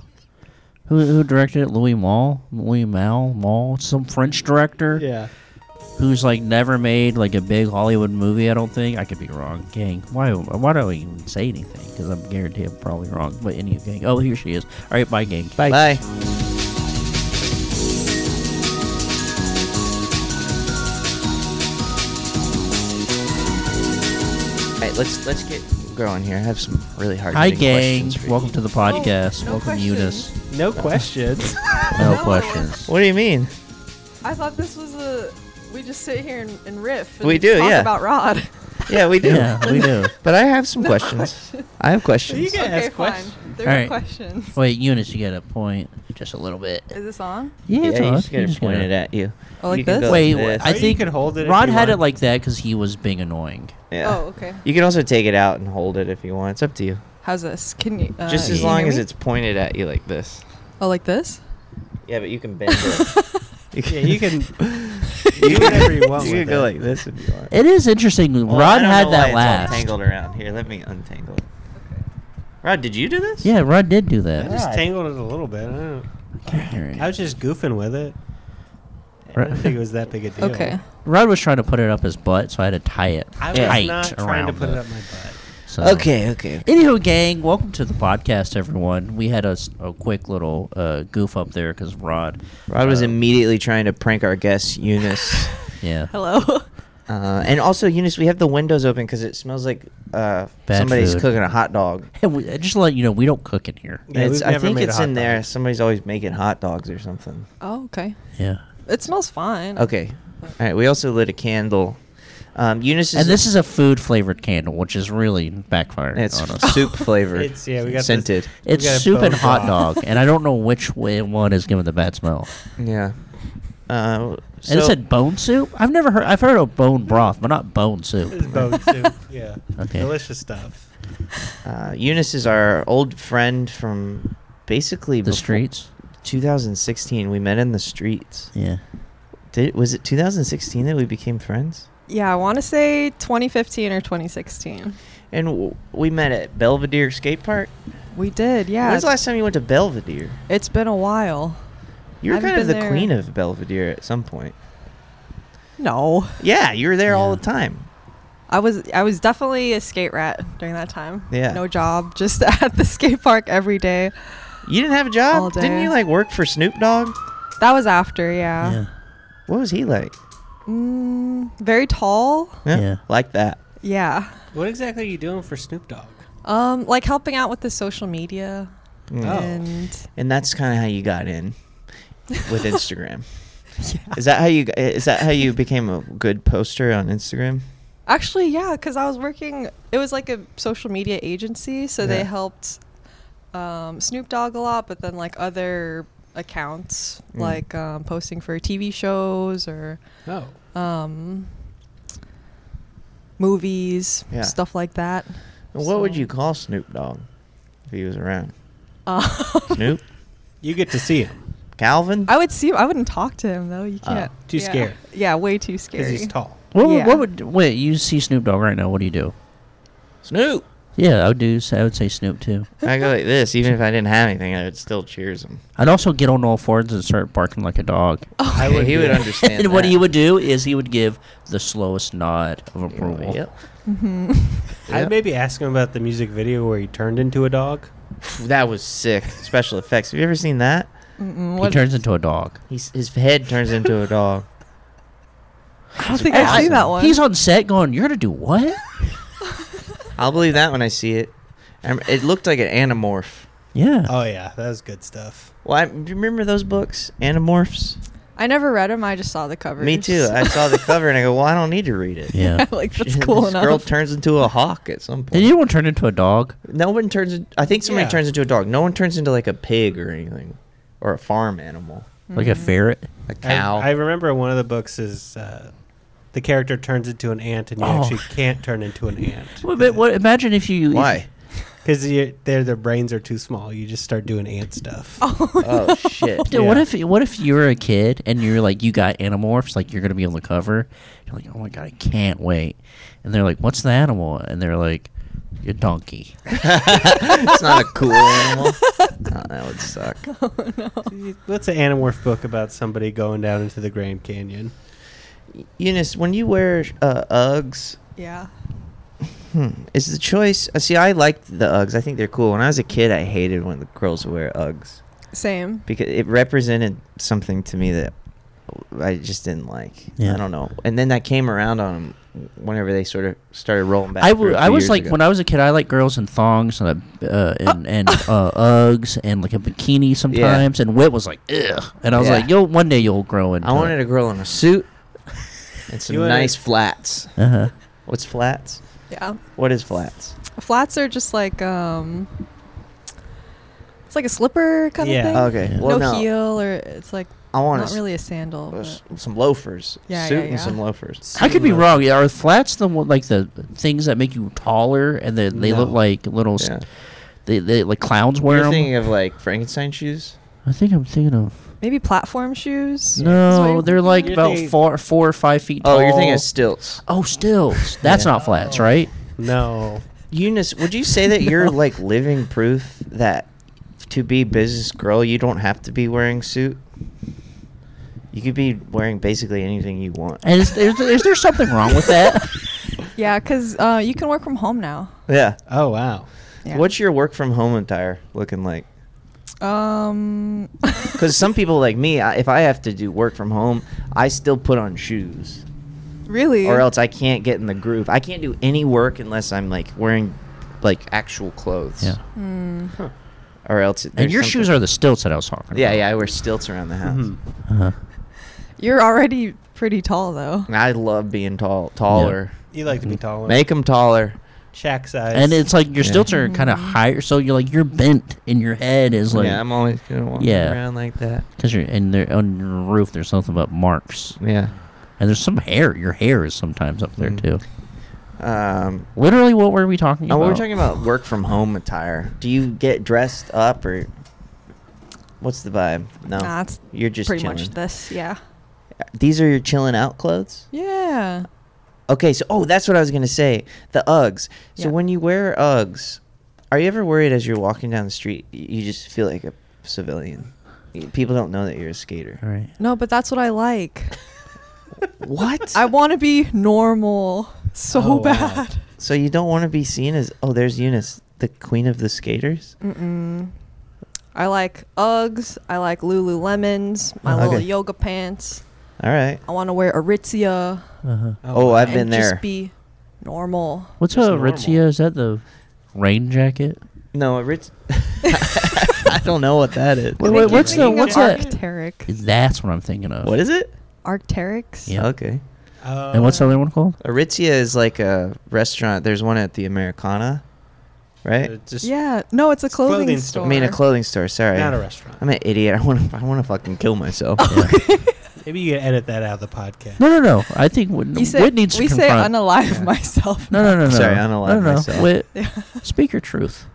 [SPEAKER 4] Who, who directed it? Louis Malle, Louis Malle, Malle, some French director
[SPEAKER 3] yeah.
[SPEAKER 4] who's like never made like a big Hollywood movie. I don't think I could be wrong, gang. Why? Why do I even say anything? Because I'm guaranteed I'm probably wrong. But any gang. Oh, here she is. All right, bye, gang.
[SPEAKER 3] Bye.
[SPEAKER 1] Bye. All right, let's let's get going here. I have some really hard
[SPEAKER 4] Hi,
[SPEAKER 1] hitting
[SPEAKER 4] gang.
[SPEAKER 1] questions for you.
[SPEAKER 4] Welcome to the podcast.
[SPEAKER 2] Oh, no
[SPEAKER 4] Welcome,
[SPEAKER 2] questions.
[SPEAKER 4] Eunice.
[SPEAKER 3] No questions.
[SPEAKER 4] No
[SPEAKER 2] No.
[SPEAKER 4] questions.
[SPEAKER 1] What do you mean?
[SPEAKER 2] I thought this was a. We just sit here and, and riff. And
[SPEAKER 1] We do,
[SPEAKER 2] talk
[SPEAKER 1] yeah.
[SPEAKER 2] About Rod.
[SPEAKER 1] Yeah, we do.
[SPEAKER 4] Yeah, we do.
[SPEAKER 1] But I have some questions. I have questions.
[SPEAKER 3] You can
[SPEAKER 2] okay,
[SPEAKER 3] ask
[SPEAKER 2] fine.
[SPEAKER 3] questions.
[SPEAKER 2] There
[SPEAKER 4] All
[SPEAKER 2] are
[SPEAKER 4] right.
[SPEAKER 2] questions.
[SPEAKER 4] Wait, Eunice, you got a point just a little bit.
[SPEAKER 2] Is this on?
[SPEAKER 4] Yeah, it's
[SPEAKER 1] yeah,
[SPEAKER 4] on.
[SPEAKER 1] he's
[SPEAKER 4] You
[SPEAKER 1] gonna
[SPEAKER 4] just
[SPEAKER 1] point
[SPEAKER 4] gotta-
[SPEAKER 1] it at you.
[SPEAKER 2] Oh, like
[SPEAKER 1] you can
[SPEAKER 2] this?
[SPEAKER 1] go
[SPEAKER 4] Wait,
[SPEAKER 1] this.
[SPEAKER 4] I
[SPEAKER 3] Or Oh, you
[SPEAKER 4] think
[SPEAKER 3] could hold it if
[SPEAKER 4] Rod
[SPEAKER 3] you
[SPEAKER 4] had it
[SPEAKER 3] want.
[SPEAKER 4] like that because he was being annoying.
[SPEAKER 1] Yeah.
[SPEAKER 2] Oh, okay.
[SPEAKER 1] You can also take it out and hold it if you want. It's up to you.
[SPEAKER 2] How's this? Can you? Uh,
[SPEAKER 1] Just
[SPEAKER 2] can
[SPEAKER 1] as
[SPEAKER 2] you
[SPEAKER 1] long
[SPEAKER 2] hear
[SPEAKER 1] as
[SPEAKER 2] me?
[SPEAKER 1] it's pointed at you like this.
[SPEAKER 2] Oh, like this?
[SPEAKER 1] Yeah, but you can bend it. you
[SPEAKER 3] Yeah, you can
[SPEAKER 1] you
[SPEAKER 3] do whatever you want.
[SPEAKER 1] you
[SPEAKER 3] with
[SPEAKER 1] can go
[SPEAKER 3] it.
[SPEAKER 1] like this if you want.
[SPEAKER 4] It is interesting.
[SPEAKER 1] Well, I
[SPEAKER 4] Rod
[SPEAKER 1] don't know
[SPEAKER 4] had
[SPEAKER 1] why
[SPEAKER 4] that
[SPEAKER 1] it's all
[SPEAKER 4] last.
[SPEAKER 1] Tangled around here. Let me untangle it. Rod, did you do this?
[SPEAKER 4] Yeah, Rod did do
[SPEAKER 3] I
[SPEAKER 4] that.
[SPEAKER 1] Yeah.
[SPEAKER 3] just tangled it a little bit. I, don't
[SPEAKER 4] I can't hear it.
[SPEAKER 3] I was just goofing with it. I
[SPEAKER 4] Right.
[SPEAKER 3] didn't think it was that big a deal.
[SPEAKER 2] Okay.
[SPEAKER 4] Rod was trying to put it up his butt, so I had to tie it
[SPEAKER 3] I was
[SPEAKER 1] Yeah.
[SPEAKER 4] tight
[SPEAKER 3] not trying
[SPEAKER 4] around
[SPEAKER 3] to put
[SPEAKER 4] it.
[SPEAKER 3] it up my butt.
[SPEAKER 4] So.
[SPEAKER 1] Okay. Okay.
[SPEAKER 4] Anywho, gang, welcome to the podcast, everyone. We had a, s- a quick little uh, goof up there because Rod.
[SPEAKER 1] Rod was
[SPEAKER 4] uh,
[SPEAKER 1] immediately trying to prank our guest Eunice,
[SPEAKER 4] Yeah.
[SPEAKER 2] Hello.
[SPEAKER 1] uh, and also Eunice. We have the windows open because it smells like uh,
[SPEAKER 4] Bad
[SPEAKER 1] somebody's
[SPEAKER 4] food.
[SPEAKER 1] cooking a hot dog.
[SPEAKER 4] And we, uh, just to let you know, we don't cook in here.
[SPEAKER 3] Yeah,
[SPEAKER 1] it's,
[SPEAKER 3] we've
[SPEAKER 1] I
[SPEAKER 3] never
[SPEAKER 1] think
[SPEAKER 3] made a
[SPEAKER 1] it's
[SPEAKER 3] hot
[SPEAKER 1] in there.
[SPEAKER 3] dog.
[SPEAKER 1] Somebody's always making hot dogs or something.
[SPEAKER 2] Oh, okay.
[SPEAKER 4] Yeah.
[SPEAKER 2] It smells fine.
[SPEAKER 1] Okay. All right. We also lit a candle. Um, Eunice is
[SPEAKER 4] and this is a food flavored candle, which is really backfired
[SPEAKER 1] it's
[SPEAKER 4] on us.
[SPEAKER 1] soup flavored.
[SPEAKER 3] It's- yeah, we got this-
[SPEAKER 1] scented.
[SPEAKER 3] We
[SPEAKER 4] It's
[SPEAKER 3] got a
[SPEAKER 4] soup and
[SPEAKER 3] bone
[SPEAKER 4] hot
[SPEAKER 3] broth.
[SPEAKER 4] dog, and I don't know which way one is giving the bad smell.
[SPEAKER 1] Yeah. Uh, so,
[SPEAKER 4] and it said bone soup. I've never heard. I've heard of bone broth, but not bone soup.
[SPEAKER 3] It's bone soup. Yeah.
[SPEAKER 4] Okay.
[SPEAKER 3] Delicious stuff.
[SPEAKER 1] uh, Eunice is our old friend from basically
[SPEAKER 4] The
[SPEAKER 1] befo-
[SPEAKER 4] streets.
[SPEAKER 1] 2016. We met in the streets.
[SPEAKER 4] Yeah.
[SPEAKER 1] Did was it 2016 that we became friends?
[SPEAKER 2] Yeah, I want to say 2015 or 2016.
[SPEAKER 1] And w- we met at Belvedere Skate Park.
[SPEAKER 2] We did, yeah.
[SPEAKER 1] When's the last time you went to Belvedere?
[SPEAKER 2] It's been a while.
[SPEAKER 1] You were
[SPEAKER 2] Haven't
[SPEAKER 1] kind of the
[SPEAKER 2] been there.
[SPEAKER 1] queen of Belvedere at some point.
[SPEAKER 2] No,
[SPEAKER 1] Yeah, you were there all
[SPEAKER 4] Yeah.
[SPEAKER 1] the time.
[SPEAKER 2] I was I was definitely a skate rat during that time.
[SPEAKER 1] Yeah.
[SPEAKER 2] No job, just at the skate park every day.
[SPEAKER 1] You didn't have a job,
[SPEAKER 2] All
[SPEAKER 1] didn't
[SPEAKER 2] day.
[SPEAKER 1] you? Like work for Snoop Dogg?
[SPEAKER 2] That was after, yeah.
[SPEAKER 4] Yeah.
[SPEAKER 1] What was he like?
[SPEAKER 2] Mm, very tall.
[SPEAKER 4] Yeah.
[SPEAKER 1] like that.
[SPEAKER 2] Yeah.
[SPEAKER 3] What exactly are you doing for Snoop Dogg?
[SPEAKER 2] Um, like helping out with the social media
[SPEAKER 1] Mm.
[SPEAKER 3] Oh.
[SPEAKER 2] and
[SPEAKER 1] And that's kind of how you got in with Instagram. Is that how you? g- Is that how you became a good poster on Instagram?
[SPEAKER 2] Actually, yeah, because I was working. It was like a social media agency, so
[SPEAKER 1] Yeah.
[SPEAKER 2] they helped um, Snoop Dogg a lot, but then like other accounts,
[SPEAKER 1] Mm.
[SPEAKER 2] like um, posting for TV shows or
[SPEAKER 3] Oh.
[SPEAKER 2] um, movies,
[SPEAKER 1] Yeah.
[SPEAKER 2] stuff like that.
[SPEAKER 1] And what would
[SPEAKER 2] So-
[SPEAKER 1] you call Snoop Dogg if he was around?
[SPEAKER 2] Uh,
[SPEAKER 1] Snoop,
[SPEAKER 3] You get to see him
[SPEAKER 1] Calvin.
[SPEAKER 2] I would see. I wouldn't talk to him though. You
[SPEAKER 1] Oh.
[SPEAKER 2] can't.
[SPEAKER 3] Too
[SPEAKER 2] yeah.
[SPEAKER 3] scared.
[SPEAKER 2] Yeah, way too
[SPEAKER 3] because
[SPEAKER 2] scary.
[SPEAKER 3] he's tall.
[SPEAKER 4] What, would
[SPEAKER 2] Yeah.
[SPEAKER 4] what would wait? You see Snoop Dogg right now? What do you do?
[SPEAKER 1] Snoop.
[SPEAKER 4] Yeah, I would do. I would say Snoop too.
[SPEAKER 1] I go like this. Even if I didn't have anything, I would still cheers him.
[SPEAKER 4] I'd also get on all fours and start barking like a dog.
[SPEAKER 1] I
[SPEAKER 3] would
[SPEAKER 1] he
[SPEAKER 3] do
[SPEAKER 1] would
[SPEAKER 3] that.
[SPEAKER 1] understand.
[SPEAKER 4] and what
[SPEAKER 1] that.
[SPEAKER 4] he would do is he would give the slowest nod of
[SPEAKER 1] Yeah,
[SPEAKER 4] approval.
[SPEAKER 1] Yep.
[SPEAKER 2] Mm-hmm.
[SPEAKER 3] I'd maybe ask him about the music video where he turned into a dog.
[SPEAKER 1] That was sick. Special effects. Have you ever seen that?
[SPEAKER 2] Mm-mm,
[SPEAKER 4] He
[SPEAKER 2] what-
[SPEAKER 4] turns into a dog.
[SPEAKER 1] He's, his head turns into a dog.
[SPEAKER 2] I don't think I've seen that one.
[SPEAKER 4] He's on set going, "You're gonna do what?"
[SPEAKER 1] I'll believe that when I see it. I rem- It looked like an anamorph.
[SPEAKER 4] Yeah.
[SPEAKER 3] Oh yeah, that was good stuff.
[SPEAKER 1] Well, I, do you remember those books, Animorphs?
[SPEAKER 2] I never read him. I just saw the cover.
[SPEAKER 1] Me too. I saw the cover and I go, "Well, I don't need to read it."
[SPEAKER 4] yeah.
[SPEAKER 2] like that's
[SPEAKER 1] This
[SPEAKER 2] cool
[SPEAKER 1] Girl
[SPEAKER 2] enough.
[SPEAKER 1] turns into a hawk at some
[SPEAKER 4] Did
[SPEAKER 1] point.
[SPEAKER 4] anyone turn into a dog?
[SPEAKER 1] no one turns. in- I think somebody
[SPEAKER 3] Yeah.
[SPEAKER 1] turns into a dog. No one turns into like a pig or anything, or a farm animal,
[SPEAKER 4] Like
[SPEAKER 2] Mm.
[SPEAKER 4] a ferret?
[SPEAKER 1] a
[SPEAKER 3] I,
[SPEAKER 1] cow.
[SPEAKER 3] I remember one of the books is uh, the character turns into an ant, and you
[SPEAKER 4] Oh.
[SPEAKER 3] actually can't turn into an ant.
[SPEAKER 4] Well, but what, imagine if you. if-
[SPEAKER 1] Why?
[SPEAKER 3] Because their their brains are too small. You just start doing ant stuff.
[SPEAKER 1] oh shit!
[SPEAKER 4] Dude, What
[SPEAKER 3] Yeah.
[SPEAKER 4] if what if you're a kid and you're like you got anamorphs like you're gonna be on the cover? You're like, oh my god, I can't wait. And they're like, what's the animal? And they're like, your donkey.
[SPEAKER 1] it's not a cool animal. Oh, that would suck.
[SPEAKER 3] What's an Animorph book about somebody going down into the Grand Canyon?
[SPEAKER 1] Eunice, when you wear uh, Uggs,
[SPEAKER 2] yeah.
[SPEAKER 1] Hmm. Is the choice? Uh, see, I liked the Uggs. I think they're cool. When I was a kid, I hated when the girls would wear Uggs
[SPEAKER 2] Same.
[SPEAKER 1] because it represented something to me that I just didn't like.
[SPEAKER 4] Yeah.
[SPEAKER 1] I don't know. And then that came around on them whenever they sort of started rolling back.
[SPEAKER 4] I, w- I was like when I was a kid, I like girls in thongs and a, uh, and, and uh, Uggs and like a bikini sometimes. And Whit was like, ugh. And I was
[SPEAKER 1] Yeah.
[SPEAKER 4] like, yo, one day you'll grow into.
[SPEAKER 1] I wanted a girl in a suit and some
[SPEAKER 3] You wanted-
[SPEAKER 1] nice flats.
[SPEAKER 4] Uh huh.
[SPEAKER 1] What's flats?
[SPEAKER 2] Yeah.
[SPEAKER 1] What is flats?
[SPEAKER 2] Flats are just like um It's like a slipper kind
[SPEAKER 3] Yeah.
[SPEAKER 2] of thing.
[SPEAKER 1] Okay.
[SPEAKER 4] Yeah.
[SPEAKER 1] Well,
[SPEAKER 2] no,
[SPEAKER 1] no.
[SPEAKER 2] heel or it's like
[SPEAKER 1] I want
[SPEAKER 2] not really a sandal. but-
[SPEAKER 1] some loafers.
[SPEAKER 2] Yeah,
[SPEAKER 1] suit
[SPEAKER 2] yeah,
[SPEAKER 1] and
[SPEAKER 2] yeah.
[SPEAKER 1] some loafers.
[SPEAKER 4] I could be wrong. Are flats the one, like the things that make you taller and then they look
[SPEAKER 3] No.
[SPEAKER 4] like little s
[SPEAKER 1] Yeah.
[SPEAKER 4] they, they like clowns wear
[SPEAKER 1] You're
[SPEAKER 4] 'em?
[SPEAKER 1] thinking of like Frankenstein shoes?
[SPEAKER 4] I think I'm thinking of
[SPEAKER 2] Maybe platform shoes. Is what
[SPEAKER 4] no.
[SPEAKER 2] you're
[SPEAKER 4] They're
[SPEAKER 2] thinking
[SPEAKER 4] like
[SPEAKER 3] You're
[SPEAKER 4] about
[SPEAKER 3] thinking-
[SPEAKER 4] four four or five feet tall.
[SPEAKER 1] Oh, you're thinking of stilts.
[SPEAKER 4] oh stills. That's
[SPEAKER 1] Yeah.
[SPEAKER 4] not flats, right?
[SPEAKER 3] No.
[SPEAKER 1] Eunice, would you say that you're
[SPEAKER 4] No.
[SPEAKER 1] like living proof that to be business girl, you don't have to be wearing suit? You could be wearing basically anything you want.
[SPEAKER 4] And is, is, is there something wrong with that?
[SPEAKER 2] Yeah, because uh, you can work from home now.
[SPEAKER 1] Yeah.
[SPEAKER 3] Oh wow.
[SPEAKER 2] Yeah.
[SPEAKER 1] What's your work from home attire looking like?
[SPEAKER 2] Um.
[SPEAKER 1] Because some people like me, I, if I have to do work from home, I still put on shoes,
[SPEAKER 2] really.
[SPEAKER 1] or else I can't get in the groove. I can't do any work unless I'm like wearing like actual clothes.
[SPEAKER 4] Yeah.
[SPEAKER 2] Hmm.
[SPEAKER 1] Or else.
[SPEAKER 4] And your shoes are the stilts that I was talking
[SPEAKER 1] Yeah,
[SPEAKER 4] about.
[SPEAKER 1] yeah. I wear stilts around the house.
[SPEAKER 3] Mhm.
[SPEAKER 4] Uh-huh.
[SPEAKER 2] You're already pretty tall though.
[SPEAKER 1] And I love being tall, taller.
[SPEAKER 3] You like to be taller.
[SPEAKER 1] Make 'em Make them taller.
[SPEAKER 3] shack size.
[SPEAKER 4] And it's like your
[SPEAKER 1] Yeah.
[SPEAKER 4] stilts are kind of
[SPEAKER 2] Mm-hmm.
[SPEAKER 4] higher, so you're like you're bent, and your head is like
[SPEAKER 1] yeah, I'm always gonna walk
[SPEAKER 4] Yeah.
[SPEAKER 1] around like that.
[SPEAKER 4] Because you're and they're on your roof. There's something about marks,
[SPEAKER 1] Yeah.
[SPEAKER 4] and there's some hair. Your hair is sometimes up there
[SPEAKER 1] Mm.
[SPEAKER 4] too.
[SPEAKER 1] Um.
[SPEAKER 4] Literally, what were we talking
[SPEAKER 1] Oh,
[SPEAKER 4] about?
[SPEAKER 1] we were talking about work from home attire. Do you get dressed up or what's the vibe? No,
[SPEAKER 2] Nah, it's
[SPEAKER 1] you're just
[SPEAKER 2] pretty
[SPEAKER 1] chilling.
[SPEAKER 2] much this. Yeah.
[SPEAKER 1] These are your chilling out clothes.
[SPEAKER 2] Yeah.
[SPEAKER 1] Okay, so oh, that's what I was gonna say. The Uggs. So
[SPEAKER 2] Yeah.
[SPEAKER 1] when you wear Uggs, are you ever worried as you're walking down the street? y- You just feel like a civilian. Y- People don't know that you're a
[SPEAKER 4] All
[SPEAKER 1] skater.
[SPEAKER 4] right.
[SPEAKER 2] No, but that's what I like.
[SPEAKER 1] What?
[SPEAKER 2] I want to be normal so
[SPEAKER 3] Oh, wow.
[SPEAKER 2] bad.
[SPEAKER 1] so you don't want to be seen as oh, there's Eunice, the queen of the skaters.
[SPEAKER 2] Mm-mm. I like Uggs. I like Lululemons. My
[SPEAKER 1] Oh,
[SPEAKER 2] little
[SPEAKER 1] okay.
[SPEAKER 2] yoga pants.
[SPEAKER 1] All right.
[SPEAKER 2] I want to wear Aritzia.
[SPEAKER 4] Uh-huh.
[SPEAKER 1] Oh, I've
[SPEAKER 2] and
[SPEAKER 1] been there.
[SPEAKER 2] Just be normal.
[SPEAKER 4] What's
[SPEAKER 3] Just
[SPEAKER 4] a
[SPEAKER 3] normal.
[SPEAKER 4] Ritzia? Is that the rain jacket?
[SPEAKER 1] No, a rich. I don't know what that is.
[SPEAKER 4] Wait, wait, what's the- what's that?
[SPEAKER 2] Arcteric.
[SPEAKER 4] That's what I'm thinking of.
[SPEAKER 1] What is it?
[SPEAKER 2] Arcterics.
[SPEAKER 4] Uh, Yeah.
[SPEAKER 1] Okay.
[SPEAKER 3] Uh,
[SPEAKER 4] And what's the other one called?
[SPEAKER 1] Aritzia is like a restaurant. There's one at the Americana, right?
[SPEAKER 3] Uh, just
[SPEAKER 2] Yeah. No, it's a
[SPEAKER 3] It's clothing
[SPEAKER 2] clothing,
[SPEAKER 3] store.
[SPEAKER 2] store.
[SPEAKER 1] I mean, a clothing store. Sorry,
[SPEAKER 3] not a restaurant.
[SPEAKER 1] I'm an idiot. I want to. I want to fucking kill myself.
[SPEAKER 3] Maybe you can edit that out of the podcast.
[SPEAKER 4] No, no, no. I think Whit,
[SPEAKER 2] You say,
[SPEAKER 4] Whit needs
[SPEAKER 2] we
[SPEAKER 4] to
[SPEAKER 2] say
[SPEAKER 4] confront.
[SPEAKER 2] unalive
[SPEAKER 3] Yeah.
[SPEAKER 2] myself.
[SPEAKER 4] no, no, no, no.
[SPEAKER 1] Sorry,
[SPEAKER 4] no,
[SPEAKER 1] unalive
[SPEAKER 4] no, no.
[SPEAKER 1] myself.
[SPEAKER 4] Whit,
[SPEAKER 2] Yeah.
[SPEAKER 4] speak your truth.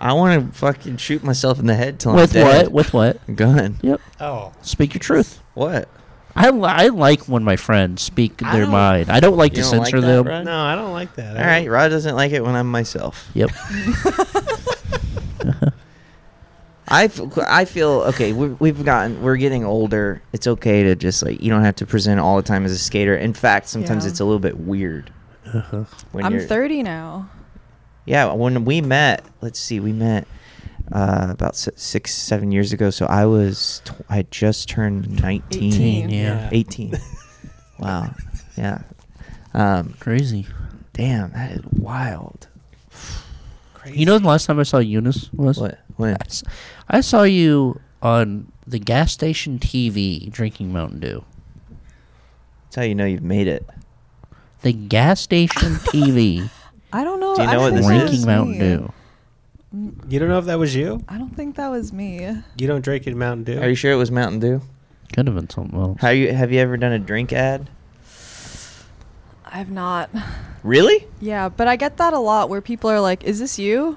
[SPEAKER 1] I want to fucking shoot myself in the head till
[SPEAKER 4] With
[SPEAKER 1] I'm dead.
[SPEAKER 4] what? With what?
[SPEAKER 1] Gun.
[SPEAKER 4] Yep.
[SPEAKER 3] Oh,
[SPEAKER 4] Speak your truth.
[SPEAKER 1] What?
[SPEAKER 4] I, li- I like when my friends speak
[SPEAKER 1] I
[SPEAKER 4] their
[SPEAKER 1] don't-
[SPEAKER 4] mind. I don't like
[SPEAKER 1] You
[SPEAKER 4] to
[SPEAKER 1] don't like
[SPEAKER 4] censor
[SPEAKER 1] that,
[SPEAKER 4] them.
[SPEAKER 1] Rod?
[SPEAKER 3] no, I don't like that.
[SPEAKER 1] All right. Rod doesn't like it when I'm myself.
[SPEAKER 4] Yep.
[SPEAKER 1] I, f- I feel okay. We're, we've gotten we're getting older. It's okay to just like you don't have to present all the time as a skater. In fact, sometimes
[SPEAKER 2] Yeah.
[SPEAKER 1] it's a little bit weird.
[SPEAKER 4] Uh-huh.
[SPEAKER 1] When
[SPEAKER 2] I'm
[SPEAKER 1] you're-
[SPEAKER 2] 30 now.
[SPEAKER 1] Yeah, when we met, let's see, we met uh, about s- six, seven years ago. So I was, tw- I just turned 19.
[SPEAKER 4] 18,
[SPEAKER 2] 18,
[SPEAKER 4] yeah.
[SPEAKER 3] yeah.
[SPEAKER 1] 18. wow. Yeah. Um,
[SPEAKER 4] Crazy.
[SPEAKER 1] damn, that is wild.
[SPEAKER 3] Crazy.
[SPEAKER 4] You know the last time I saw Eunice was?
[SPEAKER 1] What? When?
[SPEAKER 4] I s- I saw you on the gas station TV drinking Mountain Dew.
[SPEAKER 1] That's how you know you've made it.
[SPEAKER 4] The gas station TV
[SPEAKER 2] I don't know.
[SPEAKER 1] Do you
[SPEAKER 2] I
[SPEAKER 1] know what
[SPEAKER 2] don't think
[SPEAKER 1] this
[SPEAKER 2] that
[SPEAKER 1] is?
[SPEAKER 4] drinking
[SPEAKER 2] was
[SPEAKER 4] Mountain
[SPEAKER 2] me.
[SPEAKER 4] Dew.
[SPEAKER 3] you don't know if that was you.
[SPEAKER 2] I don't think that was me.
[SPEAKER 3] You don't drink in Mountain Dew.
[SPEAKER 1] Are you sure it was Mountain Dew?
[SPEAKER 4] Could have been something else.
[SPEAKER 1] How you have you ever done a drink ad?
[SPEAKER 2] I've not.
[SPEAKER 1] Really?
[SPEAKER 2] Yeah, but I get that a lot where people are like, "Is this you?"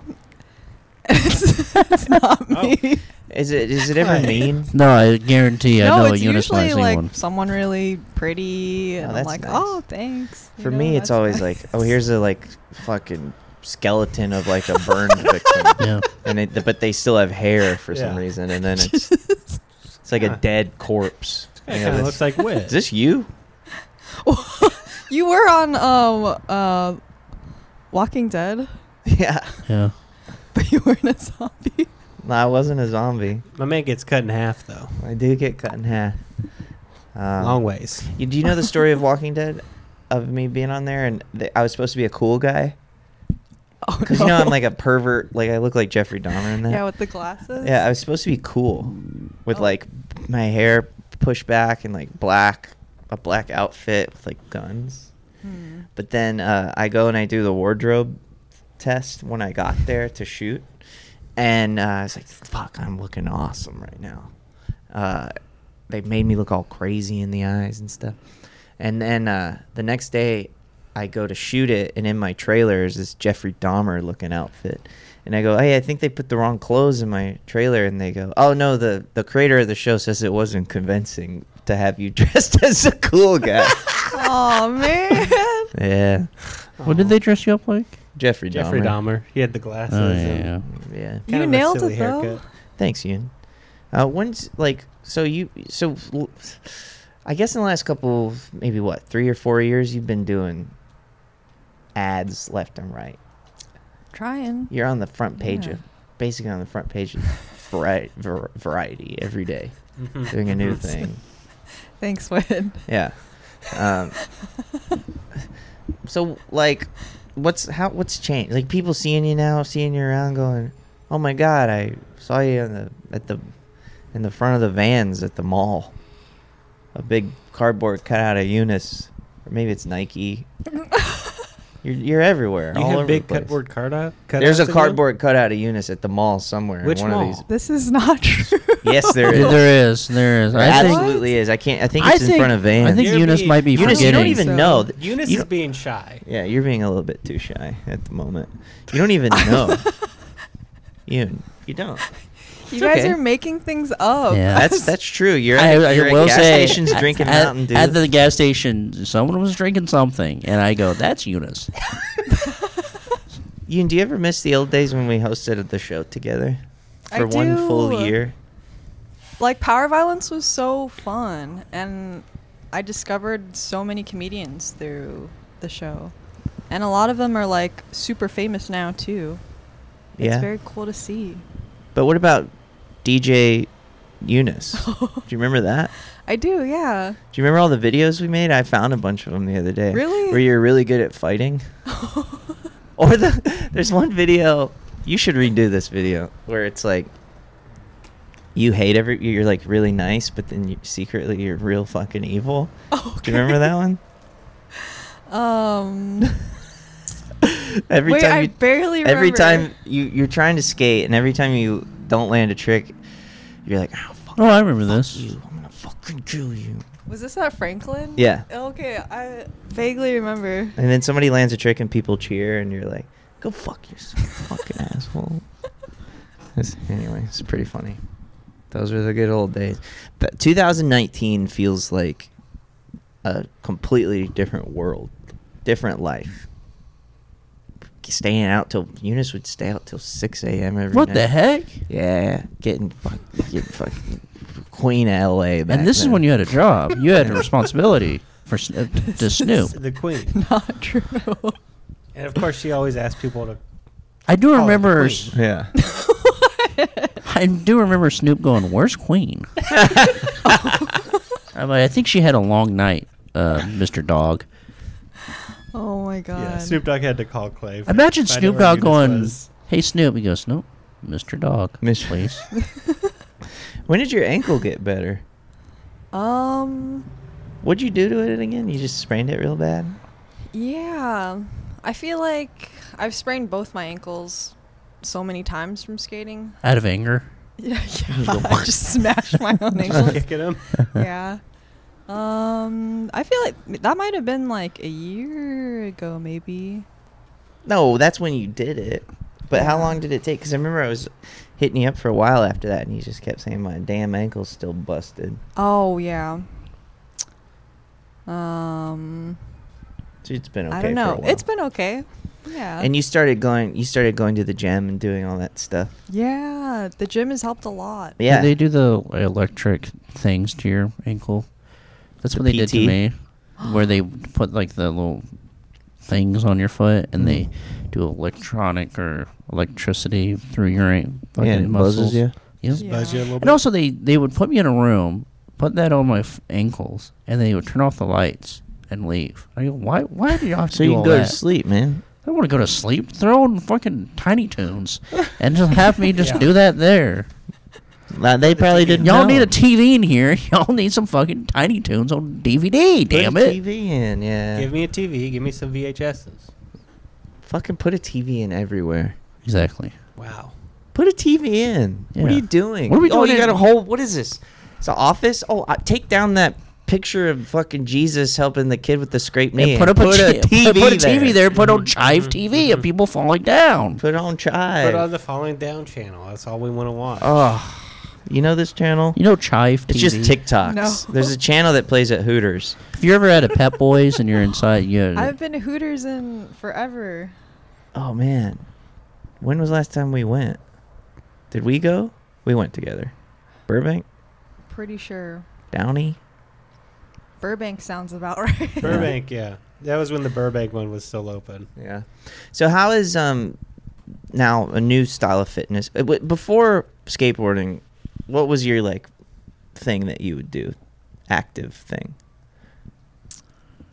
[SPEAKER 2] it's, it's not
[SPEAKER 3] Oh.
[SPEAKER 2] me.
[SPEAKER 1] Is it is it ever
[SPEAKER 3] Why?
[SPEAKER 1] mean?
[SPEAKER 4] No, I guarantee I
[SPEAKER 2] no,
[SPEAKER 4] know a
[SPEAKER 2] it's
[SPEAKER 4] Eunice when I
[SPEAKER 2] usually
[SPEAKER 4] see
[SPEAKER 2] like
[SPEAKER 4] one.
[SPEAKER 2] someone really pretty, and I'm
[SPEAKER 1] that's
[SPEAKER 2] like,
[SPEAKER 1] nice.
[SPEAKER 2] "Oh, thanks." you
[SPEAKER 1] For
[SPEAKER 2] know,
[SPEAKER 1] me, it's
[SPEAKER 2] that's
[SPEAKER 1] always
[SPEAKER 2] nice."
[SPEAKER 1] like, oh, here's a like fucking skeleton of like a burned victim,
[SPEAKER 4] Yeah.
[SPEAKER 1] and it, but they still have hair for some
[SPEAKER 3] Yeah.
[SPEAKER 1] reason, and then it's it's like a
[SPEAKER 3] Huh.
[SPEAKER 1] dead corpse.
[SPEAKER 3] It
[SPEAKER 1] You know,
[SPEAKER 3] kind of
[SPEAKER 1] this-
[SPEAKER 3] looks like Wit.
[SPEAKER 1] is this you?
[SPEAKER 2] you were on um uh, Walking Dead,
[SPEAKER 1] Yeah.
[SPEAKER 4] Yeah.
[SPEAKER 2] but you weren't a zombie.
[SPEAKER 1] No, I wasn't a zombie.
[SPEAKER 3] My man gets cut in half though.
[SPEAKER 1] I do get cut in half. Um,
[SPEAKER 3] Long ways.
[SPEAKER 1] You, do you know the story of Walking Dead? Of me being on there, and th- I was supposed to be a cool guy
[SPEAKER 2] Oh
[SPEAKER 1] because you know I'm like a pervert. Like I look like Jeffrey Dahmer in that.
[SPEAKER 2] yeah, with the glasses.
[SPEAKER 1] Yeah, I was supposed to be cool with
[SPEAKER 2] Oh.
[SPEAKER 1] like my hair pushed back and like black, a black outfit with like guns.
[SPEAKER 2] Hmm.
[SPEAKER 1] But then uh, I go and I do the wardrobe test when I got there to shoot, and uh, I was like, "Fuck, I'm looking awesome right now." Uh, they made me look all crazy in the eyes and stuff. And then uh, the next day, I go to shoot it, and in my trailer is this Jeffrey Dahmer looking outfit. And I go, "Hey, I think they put the wrong clothes in my trailer." And they go, "Oh no, the the creator of the show says it wasn't convincing to have you dressed as a cool guy."
[SPEAKER 2] oh man.
[SPEAKER 1] yeah,
[SPEAKER 4] What
[SPEAKER 1] Oh.
[SPEAKER 4] did they dress you up like?
[SPEAKER 1] Jeffrey Dahmer.
[SPEAKER 3] Jeffrey Dahmer. He had the glasses.
[SPEAKER 4] Oh, yeah,
[SPEAKER 3] and
[SPEAKER 4] yeah.
[SPEAKER 1] Yeah.
[SPEAKER 2] You
[SPEAKER 3] kind of a
[SPEAKER 2] nailed
[SPEAKER 3] silly
[SPEAKER 2] it, though.
[SPEAKER 3] haircut.
[SPEAKER 1] Thanks, Ian. Uh, when's like so you so l- I guess in the last couple maybe what three or four years you've been doing ads left and right.
[SPEAKER 2] Trying.
[SPEAKER 1] You're on the front page
[SPEAKER 2] Yeah.
[SPEAKER 1] of basically on the front page of variety, var- variety every day
[SPEAKER 3] Mhm.
[SPEAKER 1] doing a new thing.
[SPEAKER 2] Thanks, Wade.
[SPEAKER 1] Yeah. Um, so like, what's how what's changed? Like people seeing you now, seeing you around, going, "Oh my God, I saw you in the at the in the front of the vans at the mall." A big cardboard cutout of Eunice, or maybe it's Nike. you're you're everywhere.
[SPEAKER 3] You
[SPEAKER 1] all
[SPEAKER 3] had
[SPEAKER 1] over
[SPEAKER 3] big
[SPEAKER 1] the place.
[SPEAKER 3] cardboard card out.
[SPEAKER 1] There's a cardboard cutout of Eunice at the mall somewhere. in
[SPEAKER 3] Which
[SPEAKER 1] one
[SPEAKER 3] mall?
[SPEAKER 1] Of these.
[SPEAKER 2] This is not true.
[SPEAKER 1] Yes, there
[SPEAKER 4] Yeah,
[SPEAKER 1] is.
[SPEAKER 4] there is. There is.
[SPEAKER 1] There
[SPEAKER 4] I think,
[SPEAKER 1] absolutely is. I can't. I think it's in front of vans.
[SPEAKER 4] I think
[SPEAKER 3] You're
[SPEAKER 4] Eunice
[SPEAKER 3] being-
[SPEAKER 4] might be
[SPEAKER 1] Eunice, you
[SPEAKER 4] forgetting.
[SPEAKER 1] don't even
[SPEAKER 2] So-
[SPEAKER 1] know. th-
[SPEAKER 3] Eunice
[SPEAKER 1] you
[SPEAKER 3] is
[SPEAKER 1] don't-
[SPEAKER 3] being shy.
[SPEAKER 1] Yeah, you're being a little bit too shy at the moment. You don't even know. you you don't.
[SPEAKER 2] you
[SPEAKER 1] It's
[SPEAKER 2] guys
[SPEAKER 1] okay.
[SPEAKER 2] are making things up.
[SPEAKER 4] Yeah.
[SPEAKER 1] That's that's true. You're
[SPEAKER 4] I-
[SPEAKER 1] at,
[SPEAKER 4] I
[SPEAKER 1] you're at
[SPEAKER 4] will
[SPEAKER 1] gas
[SPEAKER 4] say,
[SPEAKER 1] stations
[SPEAKER 4] at-
[SPEAKER 1] drinking
[SPEAKER 4] at,
[SPEAKER 1] Mountain Dew.
[SPEAKER 4] At the gas station, someone was drinking something, and I go, "That's Eunice."
[SPEAKER 1] Ewan, do you ever miss the old days when we hosted the show together
[SPEAKER 2] I
[SPEAKER 1] for one full
[SPEAKER 2] do.
[SPEAKER 1] year?
[SPEAKER 2] Like Power Violence was so fun, and I discovered so many comedians through the show, and a lot of them are like super famous now too. It's
[SPEAKER 1] yeah.
[SPEAKER 2] very cool to see.
[SPEAKER 1] But what about DJ Eunice? do you remember that?
[SPEAKER 2] I do, yeah.
[SPEAKER 1] Do you remember all the videos we made? I found a bunch of them the other day.
[SPEAKER 2] Really?
[SPEAKER 1] Where you're really good at fighting. Or the there's one video you should redo this video where it's like you hate every you're like really nice but then you, secretly you're real fucking evil.
[SPEAKER 2] Oh,
[SPEAKER 1] Do you remember that one?
[SPEAKER 2] that? Um,
[SPEAKER 1] Every
[SPEAKER 2] wait,
[SPEAKER 1] time
[SPEAKER 2] I
[SPEAKER 1] you,
[SPEAKER 2] barely remember.
[SPEAKER 1] every time you you're trying to skate and every time you don't land a trick you're like oh fuck
[SPEAKER 4] Oh, I remember this.
[SPEAKER 1] you I'm gonna fucking kill you.
[SPEAKER 2] was this at Franklin?
[SPEAKER 1] Yeah.
[SPEAKER 2] Okay, I vaguely remember.
[SPEAKER 1] And then somebody lands a trick and people cheer and you're like go fuck yourself fucking asshole. It's- anyway, it's pretty funny. Those were the good old days. But 2019 feels like a completely different world, different life. Staying out till Eunice would stay out till 6 a.m. every
[SPEAKER 4] What
[SPEAKER 1] night.
[SPEAKER 4] the heck?
[SPEAKER 1] Yeah, getting fuck, getting fucking queen of LA. Back
[SPEAKER 4] and this is
[SPEAKER 1] then.
[SPEAKER 4] when you had a job. You had a responsibility for sn- uh, to snoop.
[SPEAKER 3] The queen.
[SPEAKER 2] Not true.
[SPEAKER 3] And of course, she always asked people to.
[SPEAKER 4] I do
[SPEAKER 3] Call her
[SPEAKER 4] remember.
[SPEAKER 3] the
[SPEAKER 4] s-
[SPEAKER 3] queen.
[SPEAKER 1] Yeah.
[SPEAKER 4] I do remember Snoop going, "Where's Queen?" I'm like, I think she had a long night, uh, Mister Dog.
[SPEAKER 2] oh my god.
[SPEAKER 3] Yeah, Snoop Dogg had to call Clay. for-
[SPEAKER 4] Imagine
[SPEAKER 3] find out
[SPEAKER 4] Snoop
[SPEAKER 3] where
[SPEAKER 4] Dogg
[SPEAKER 3] Eunice
[SPEAKER 4] going,
[SPEAKER 3] was.
[SPEAKER 4] "Hey Snoop," he goes, "Nope, Mister Dog,
[SPEAKER 1] Mis-
[SPEAKER 4] please."
[SPEAKER 1] When did your ankle get better?
[SPEAKER 2] Um,
[SPEAKER 1] What'd you do to it again? You just sprained it real bad.
[SPEAKER 2] yeah. I feel like I've sprained both my ankles so many times from skating.
[SPEAKER 4] Out of anger.
[SPEAKER 2] Yeah, yeah. I just smashed my own ankles.
[SPEAKER 3] Kicking him.
[SPEAKER 2] yeah. Um, I feel like that might have been like a year ago, maybe.
[SPEAKER 1] No, that's when you did it. But how long did it take? Because I remember I was hitting you up for a while after that, and you just kept saying my damn ankle's still busted.
[SPEAKER 2] Oh yeah. Um,
[SPEAKER 1] So it's been okay.
[SPEAKER 2] I
[SPEAKER 1] for
[SPEAKER 2] don't
[SPEAKER 1] a
[SPEAKER 2] know.
[SPEAKER 1] while.
[SPEAKER 2] It's been okay. Yeah.
[SPEAKER 1] And you started going. You started going to the gym and doing all that stuff.
[SPEAKER 2] yeah, the gym has helped a lot.
[SPEAKER 1] Yeah.
[SPEAKER 4] Did they do the electric things to your ankle? That's what
[SPEAKER 1] The
[SPEAKER 4] they did to
[SPEAKER 1] PT?
[SPEAKER 4] me. Where they put like the little things on your foot and they
[SPEAKER 1] Mm-hmm.
[SPEAKER 4] do electronic or electricity through your an- fucking
[SPEAKER 1] yeah, it buzzes
[SPEAKER 4] muscles.
[SPEAKER 1] you.
[SPEAKER 4] Yep.
[SPEAKER 2] Yeah.
[SPEAKER 3] Buzz you a little
[SPEAKER 4] And also they they would put me in a room, put that on my f- ankles, and they would turn off the lights and leave. I go, why why do you have to
[SPEAKER 1] So
[SPEAKER 4] do
[SPEAKER 1] you
[SPEAKER 4] all
[SPEAKER 1] can go
[SPEAKER 4] that?
[SPEAKER 1] to sleep, man.
[SPEAKER 4] I don't want to go to sleep. Throw on fucking Tiny Tunes and just have me just
[SPEAKER 3] Yeah.
[SPEAKER 4] do that there.
[SPEAKER 1] Like, they probably didn't.
[SPEAKER 4] Y'all
[SPEAKER 1] know.
[SPEAKER 4] need a TV in here. Y'all need some fucking Tiny Toons on DVD.
[SPEAKER 1] Put
[SPEAKER 4] Damn
[SPEAKER 1] a
[SPEAKER 4] it!
[SPEAKER 1] TV in, yeah.
[SPEAKER 3] Give me a TV. Give me some VHSs.
[SPEAKER 1] Fucking put a TV in everywhere.
[SPEAKER 4] Exactly.
[SPEAKER 3] Wow.
[SPEAKER 1] Put a TV in. What are
[SPEAKER 4] Yeah.
[SPEAKER 1] you doing?
[SPEAKER 4] What are we
[SPEAKER 1] Oh,
[SPEAKER 4] doing
[SPEAKER 1] you got
[SPEAKER 4] in-
[SPEAKER 1] a whole. What is this? It's an office. Oh, I, take down that picture of fucking Jesus helping the kid with the scraped knee.
[SPEAKER 4] And put up a,
[SPEAKER 1] and
[SPEAKER 4] chi- put- put a TV there. Put on Chive TV of people falling down.
[SPEAKER 1] Mm-hmm. Put on chive.
[SPEAKER 3] Put on the Falling Down channel. That's all we want to watch.
[SPEAKER 1] oh, you know this channel?
[SPEAKER 4] You know Chive TV.
[SPEAKER 1] It's just TikToks.
[SPEAKER 2] No.
[SPEAKER 1] There's a channel that plays at Hooters.
[SPEAKER 4] If you're ever at a Pep Boys and you're inside, you
[SPEAKER 2] I've been to Hooters in forever.
[SPEAKER 1] Oh man, when was the last time we went? Did we go? We went together. Burbank,
[SPEAKER 2] Pretty sure
[SPEAKER 1] Downey.
[SPEAKER 2] Burbank sounds about right.
[SPEAKER 3] Burbank, yeah. That was when the Burbank one was still open.
[SPEAKER 1] Yeah. So how is um now a new style of fitness Uh, w- before skateboarding? What was your like thing that you would do, active thing?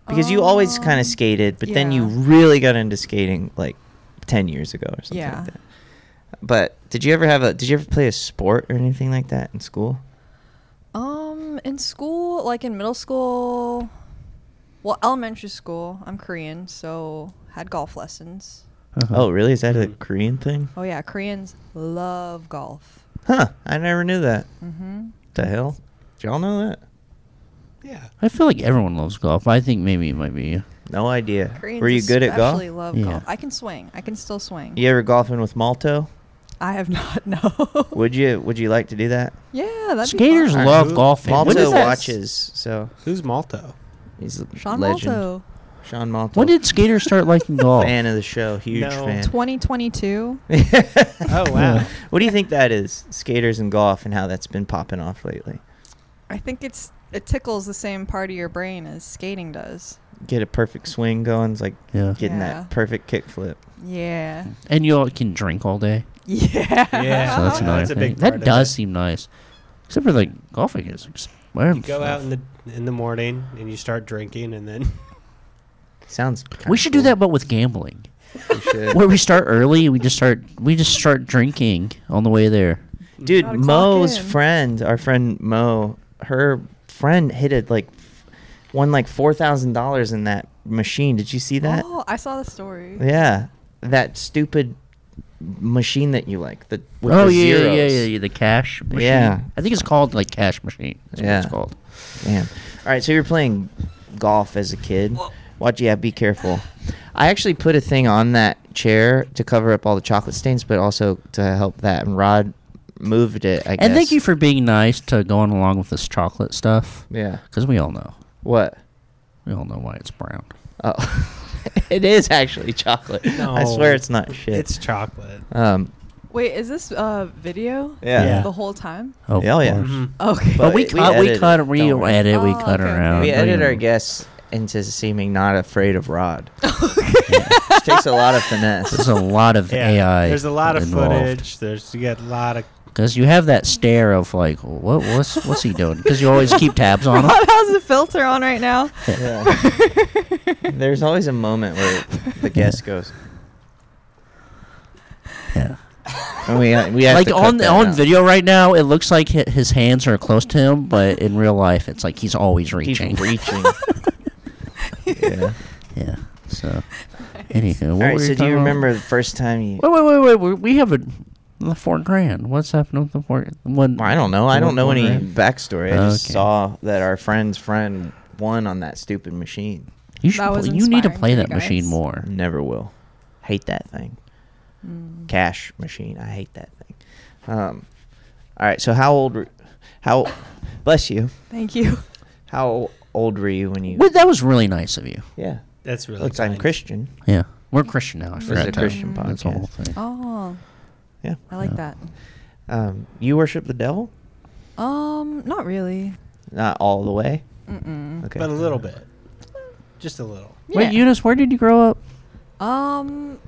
[SPEAKER 1] Because you always kind
[SPEAKER 2] Um,
[SPEAKER 1] of skated, but then you
[SPEAKER 2] yeah.
[SPEAKER 1] really got into skating like ten years ago or something
[SPEAKER 2] Yeah.
[SPEAKER 1] like that. But did you ever have a? Did you ever play a sport or anything like that in school?
[SPEAKER 2] Um, in school, like in middle school, well, elementary school, I'm Korean, so had golf lessons.
[SPEAKER 4] Uh-huh.
[SPEAKER 1] Oh, really? Is that a
[SPEAKER 3] Mhm.
[SPEAKER 1] Korean thing?
[SPEAKER 2] Oh yeah, Koreans love golf.
[SPEAKER 1] Huh? I never knew that.
[SPEAKER 2] Mhm.
[SPEAKER 1] The hell? Did y'all know that?
[SPEAKER 3] Yeah.
[SPEAKER 4] I feel like everyone loves golf. but I think maybe it might be.
[SPEAKER 1] No idea.
[SPEAKER 2] Koreans
[SPEAKER 1] Were you good at golf?
[SPEAKER 2] especially love
[SPEAKER 4] Yeah.
[SPEAKER 2] golf. I can swing. I can still swing.
[SPEAKER 1] You ever golfing with Malto?
[SPEAKER 2] I have not. No.
[SPEAKER 1] Would you Would you like to do that?
[SPEAKER 2] Yeah, that'd
[SPEAKER 4] Skaters
[SPEAKER 2] be fun.
[SPEAKER 3] Alright,
[SPEAKER 4] love
[SPEAKER 3] who-
[SPEAKER 4] golfing. When
[SPEAKER 1] Malto
[SPEAKER 4] is that-
[SPEAKER 1] watches, so
[SPEAKER 3] Who's Malto?
[SPEAKER 1] he's a
[SPEAKER 2] Sean
[SPEAKER 1] legend.
[SPEAKER 2] Malto,
[SPEAKER 1] Sean Malto.
[SPEAKER 4] When did skaters start liking golf?
[SPEAKER 1] fan of the show? Huge
[SPEAKER 3] No.
[SPEAKER 1] fan.
[SPEAKER 2] 2022.
[SPEAKER 3] Oh, wow.
[SPEAKER 1] What do you think that is? Skaters and golf, and how that's been popping off lately.
[SPEAKER 2] I think it's it tickles the same part of your brain as skating does.
[SPEAKER 1] Get a perfect swing going. It's like
[SPEAKER 4] Yeah.
[SPEAKER 1] getting
[SPEAKER 2] Yeah.
[SPEAKER 1] that perfect kickflip.
[SPEAKER 2] Yeah.
[SPEAKER 4] And you all can drink all day.
[SPEAKER 2] Yeah.
[SPEAKER 3] Yeah.
[SPEAKER 4] So that's
[SPEAKER 3] Uh-huh.
[SPEAKER 4] another
[SPEAKER 3] That's a
[SPEAKER 4] thing.
[SPEAKER 3] big part
[SPEAKER 4] That
[SPEAKER 3] of
[SPEAKER 4] does
[SPEAKER 3] it.
[SPEAKER 4] seem nice. Except for like golfing is ex- where
[SPEAKER 3] You go out in the in the morning and you start drinking, and then
[SPEAKER 1] Sounds. kinda
[SPEAKER 4] We should do
[SPEAKER 1] cool.
[SPEAKER 4] that but with gambling.
[SPEAKER 1] We should.
[SPEAKER 4] Where we start early, we just start we just start drinking on the way there.
[SPEAKER 1] Dude,
[SPEAKER 2] Gotta clock
[SPEAKER 1] Mo's
[SPEAKER 2] in.
[SPEAKER 1] friend, our friend Mo, her friend hit it like won like four thousand dollars in that machine. Did you see that?
[SPEAKER 2] Oh, I saw the story.
[SPEAKER 1] Yeah, that stupid machine that you like the with
[SPEAKER 4] oh
[SPEAKER 1] the
[SPEAKER 4] yeah, yeah,
[SPEAKER 1] zeros.
[SPEAKER 4] yeah, yeah, yeah, the cash machine.
[SPEAKER 1] Yeah.
[SPEAKER 4] I think it's called like cash machine. That's what
[SPEAKER 1] Yeah.
[SPEAKER 4] it's called.
[SPEAKER 1] Man. All right, so you're playing golf as a kid. Watch, yeah, be careful. I actually put a thing on that chair to cover up all the chocolate stains, but also to help that. And Rod moved it. I guess.
[SPEAKER 4] And thank you for being nice to going along with this chocolate stuff.
[SPEAKER 1] Yeah.
[SPEAKER 4] Because we all know.
[SPEAKER 1] What?
[SPEAKER 4] We all know why it's brown.
[SPEAKER 1] Oh, it is actually chocolate. I
[SPEAKER 3] No.
[SPEAKER 1] swear it's not shit.
[SPEAKER 3] it's chocolate.
[SPEAKER 1] um,
[SPEAKER 2] Wait, is this uh video?
[SPEAKER 1] Yeah.
[SPEAKER 3] Yeah.
[SPEAKER 2] The whole time?
[SPEAKER 4] Oh,
[SPEAKER 1] Hell
[SPEAKER 4] of
[SPEAKER 1] yeah.
[SPEAKER 4] course.
[SPEAKER 3] Mhm.
[SPEAKER 2] Okay.
[SPEAKER 1] But
[SPEAKER 4] But we
[SPEAKER 1] it- we
[SPEAKER 4] cut, we,
[SPEAKER 1] edit it,
[SPEAKER 4] cut, we
[SPEAKER 1] don't worry.
[SPEAKER 4] edit, we
[SPEAKER 2] Mm-hmm. Oh,
[SPEAKER 4] cut
[SPEAKER 2] okay.
[SPEAKER 4] around.
[SPEAKER 1] we
[SPEAKER 4] don't
[SPEAKER 1] edit
[SPEAKER 4] you
[SPEAKER 1] our
[SPEAKER 4] know.
[SPEAKER 1] guests into seeming not afraid of Rod. Which takes a lot of finesse.
[SPEAKER 4] There's a lot of
[SPEAKER 3] Yeah.
[SPEAKER 4] AI.
[SPEAKER 3] There's a lot of
[SPEAKER 4] involved.
[SPEAKER 3] footage. There's you get a lot of
[SPEAKER 4] Because you have that stare of like, what, what's, what's he doing? Because you always keep tabs on him.
[SPEAKER 2] Rod has a filter on right now.
[SPEAKER 1] Yeah. There's always a moment where the guest goes,
[SPEAKER 4] Yeah.
[SPEAKER 1] and we uh, we have
[SPEAKER 4] Like
[SPEAKER 1] to cut
[SPEAKER 4] on
[SPEAKER 1] that
[SPEAKER 4] on
[SPEAKER 1] out.
[SPEAKER 4] video right now, it looks like hi- his hands are close to him, but in real life, it's like he's always
[SPEAKER 1] He's
[SPEAKER 4] reaching.
[SPEAKER 1] reaching. yeah.
[SPEAKER 4] yeah. So, anywho,
[SPEAKER 1] All
[SPEAKER 4] what
[SPEAKER 1] right.
[SPEAKER 4] were
[SPEAKER 1] So
[SPEAKER 4] you
[SPEAKER 1] do
[SPEAKER 4] talking
[SPEAKER 1] you
[SPEAKER 4] about?
[SPEAKER 1] remember the first time you?
[SPEAKER 4] Wait, wait, wait, wait. we- We have a the four grand. What's happening with the four? One.
[SPEAKER 1] I don't know. I don't know any backstory. I just
[SPEAKER 4] Okay.
[SPEAKER 1] saw that our friend's friend won on that stupid machine.
[SPEAKER 4] You should.
[SPEAKER 2] That was
[SPEAKER 4] Play, you need to
[SPEAKER 2] inspiring
[SPEAKER 4] play
[SPEAKER 2] for
[SPEAKER 4] that
[SPEAKER 2] you
[SPEAKER 4] machine
[SPEAKER 2] guys.
[SPEAKER 4] more.
[SPEAKER 1] Never will. Hate that thing.
[SPEAKER 2] Mm.
[SPEAKER 1] Cash machine. I hate that thing. Um, all right. So how old? were- How? Bless you.
[SPEAKER 2] Thank you.
[SPEAKER 1] How old were you when you?
[SPEAKER 4] Well, that was really nice of you.
[SPEAKER 1] yeah.
[SPEAKER 3] that's really.
[SPEAKER 1] Looks I'm
[SPEAKER 3] kind.
[SPEAKER 1] Christian.
[SPEAKER 4] Yeah, we're Christian now. I
[SPEAKER 1] This
[SPEAKER 4] forgot
[SPEAKER 1] is a
[SPEAKER 4] to-
[SPEAKER 1] Christian
[SPEAKER 4] That's the whole
[SPEAKER 1] podcast.
[SPEAKER 4] thing.
[SPEAKER 2] Oh,
[SPEAKER 1] Yeah.
[SPEAKER 2] I like
[SPEAKER 4] Yeah.
[SPEAKER 2] that.
[SPEAKER 1] Um, you worship the devil?
[SPEAKER 2] Um, not really.
[SPEAKER 1] Not all the way.
[SPEAKER 2] Mm-mm.
[SPEAKER 1] Okay.
[SPEAKER 3] but a little bit, just a little.
[SPEAKER 4] Wait, Eunice, where did you grow up?
[SPEAKER 2] Um,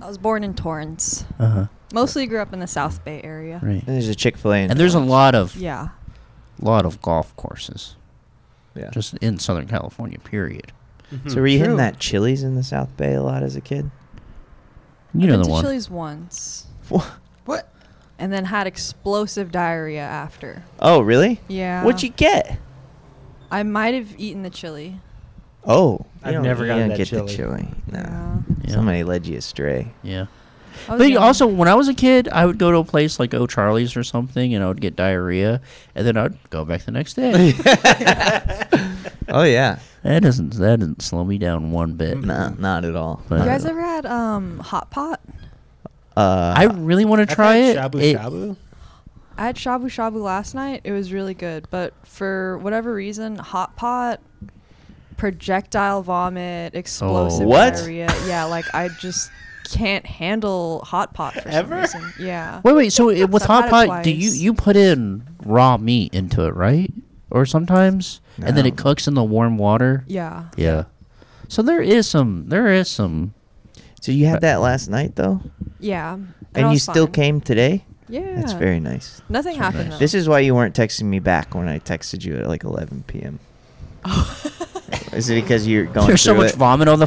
[SPEAKER 2] I was born in Torrance.
[SPEAKER 4] Uh huh.
[SPEAKER 2] Mostly grew up in the South Bay area.
[SPEAKER 4] Right.
[SPEAKER 1] And there's a Chick Fil A.
[SPEAKER 4] And there's a lot of
[SPEAKER 2] Yeah.
[SPEAKER 4] lot of golf courses
[SPEAKER 1] Yeah.
[SPEAKER 4] just in Southern California. Period.
[SPEAKER 3] Mm-hmm.
[SPEAKER 1] so were you hitting
[SPEAKER 3] True.
[SPEAKER 1] that Chili's in the South Bay a lot as a kid?
[SPEAKER 4] You
[SPEAKER 2] I've
[SPEAKER 4] know
[SPEAKER 2] been
[SPEAKER 4] the
[SPEAKER 2] to
[SPEAKER 4] one.
[SPEAKER 2] Chili's once,
[SPEAKER 3] What?
[SPEAKER 2] and then had explosive diarrhea after.
[SPEAKER 1] Oh, really?
[SPEAKER 2] Yeah.
[SPEAKER 1] What'd you get?
[SPEAKER 2] I might have eaten the chili.
[SPEAKER 1] Oh, you
[SPEAKER 3] I've
[SPEAKER 1] don't-
[SPEAKER 3] never
[SPEAKER 1] you
[SPEAKER 3] gotten
[SPEAKER 1] don't
[SPEAKER 3] that
[SPEAKER 1] get the
[SPEAKER 3] chili.
[SPEAKER 1] chili. No.
[SPEAKER 2] Yeah.
[SPEAKER 4] Yeah.
[SPEAKER 1] Somebody led you astray.
[SPEAKER 4] Yeah.
[SPEAKER 2] I was
[SPEAKER 4] But
[SPEAKER 2] young.
[SPEAKER 4] also, when I was a kid, I would go to a place like O'Charlie's or something, and I would get diarrhea, and then I'd go back the next day.
[SPEAKER 1] oh yeah,
[SPEAKER 4] that doesn't that doesn't slow me down one bit.
[SPEAKER 1] no, not at all.
[SPEAKER 4] But-
[SPEAKER 2] You guys ever had um hot pot?
[SPEAKER 1] Uh,
[SPEAKER 4] I really want to try it.
[SPEAKER 3] Shabu
[SPEAKER 4] It-
[SPEAKER 3] shabu.
[SPEAKER 2] I had shabu shabu last night. It was really good, but for whatever reason, hot pot, projectile vomit, explosive
[SPEAKER 1] Oh, What?
[SPEAKER 2] diarrhea. Yeah, like I just can't handle hot pot for
[SPEAKER 3] Ever?
[SPEAKER 2] some reason. Yeah.
[SPEAKER 4] Wait, wait. So it, with
[SPEAKER 2] I've
[SPEAKER 4] hot
[SPEAKER 2] had it
[SPEAKER 4] pot, do you
[SPEAKER 2] twice.
[SPEAKER 4] you put in raw meat into it, right? Or sometimes, and then
[SPEAKER 1] No.
[SPEAKER 4] it cooks in the warm water.
[SPEAKER 2] Yeah.
[SPEAKER 4] Yeah. So there is some. There is some.
[SPEAKER 1] so you had that last night though,
[SPEAKER 2] Yeah. And, I
[SPEAKER 1] and you
[SPEAKER 2] was
[SPEAKER 1] still
[SPEAKER 2] fine.
[SPEAKER 1] came today.
[SPEAKER 2] Yeah.
[SPEAKER 1] That's very nice.
[SPEAKER 2] Nothing happened. Though.
[SPEAKER 1] This is why you weren't texting me back when I texted you at like 11 p.m. is it because you're going
[SPEAKER 4] There's so
[SPEAKER 1] through
[SPEAKER 4] much
[SPEAKER 1] it?
[SPEAKER 4] vomit on the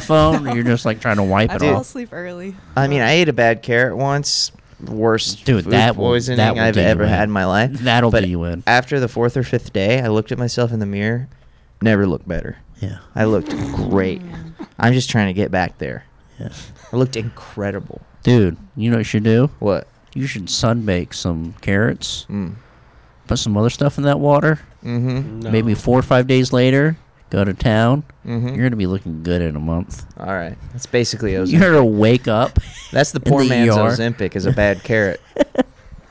[SPEAKER 4] phone. You're just like trying to wipe
[SPEAKER 2] I
[SPEAKER 4] it
[SPEAKER 2] fell
[SPEAKER 1] Dude.
[SPEAKER 4] off.
[SPEAKER 2] asleep early.
[SPEAKER 1] I mean, I ate a bad carrot once. Worst
[SPEAKER 4] Dude,
[SPEAKER 1] food
[SPEAKER 4] that will-
[SPEAKER 1] poisoning
[SPEAKER 4] that will
[SPEAKER 1] I've
[SPEAKER 4] do you
[SPEAKER 1] ever
[SPEAKER 4] in.
[SPEAKER 1] had in my life.
[SPEAKER 4] That'll
[SPEAKER 1] but
[SPEAKER 4] do you in.
[SPEAKER 1] After the fourth or fifth day, I looked at myself in the mirror. Never looked better.
[SPEAKER 4] Yeah.
[SPEAKER 1] I looked great. I'm just trying to get back there.
[SPEAKER 4] Yeah.
[SPEAKER 1] I looked incredible.
[SPEAKER 4] Dude, you know what you should do?
[SPEAKER 1] What?
[SPEAKER 4] You should sunbake some carrots,
[SPEAKER 1] Mm.
[SPEAKER 4] put some other stuff in that water.
[SPEAKER 1] Mm-hmm.
[SPEAKER 3] No.
[SPEAKER 4] Maybe four or five days later, go to town.
[SPEAKER 1] Mm-hmm.
[SPEAKER 4] You're gonna be looking good in a month.
[SPEAKER 1] All right. That's basically Ozempic.
[SPEAKER 4] You're gonna wake up.
[SPEAKER 1] That's the
[SPEAKER 4] in
[SPEAKER 1] poor
[SPEAKER 4] the
[SPEAKER 1] man's
[SPEAKER 4] ER.
[SPEAKER 1] Ozempic is a bad carrot.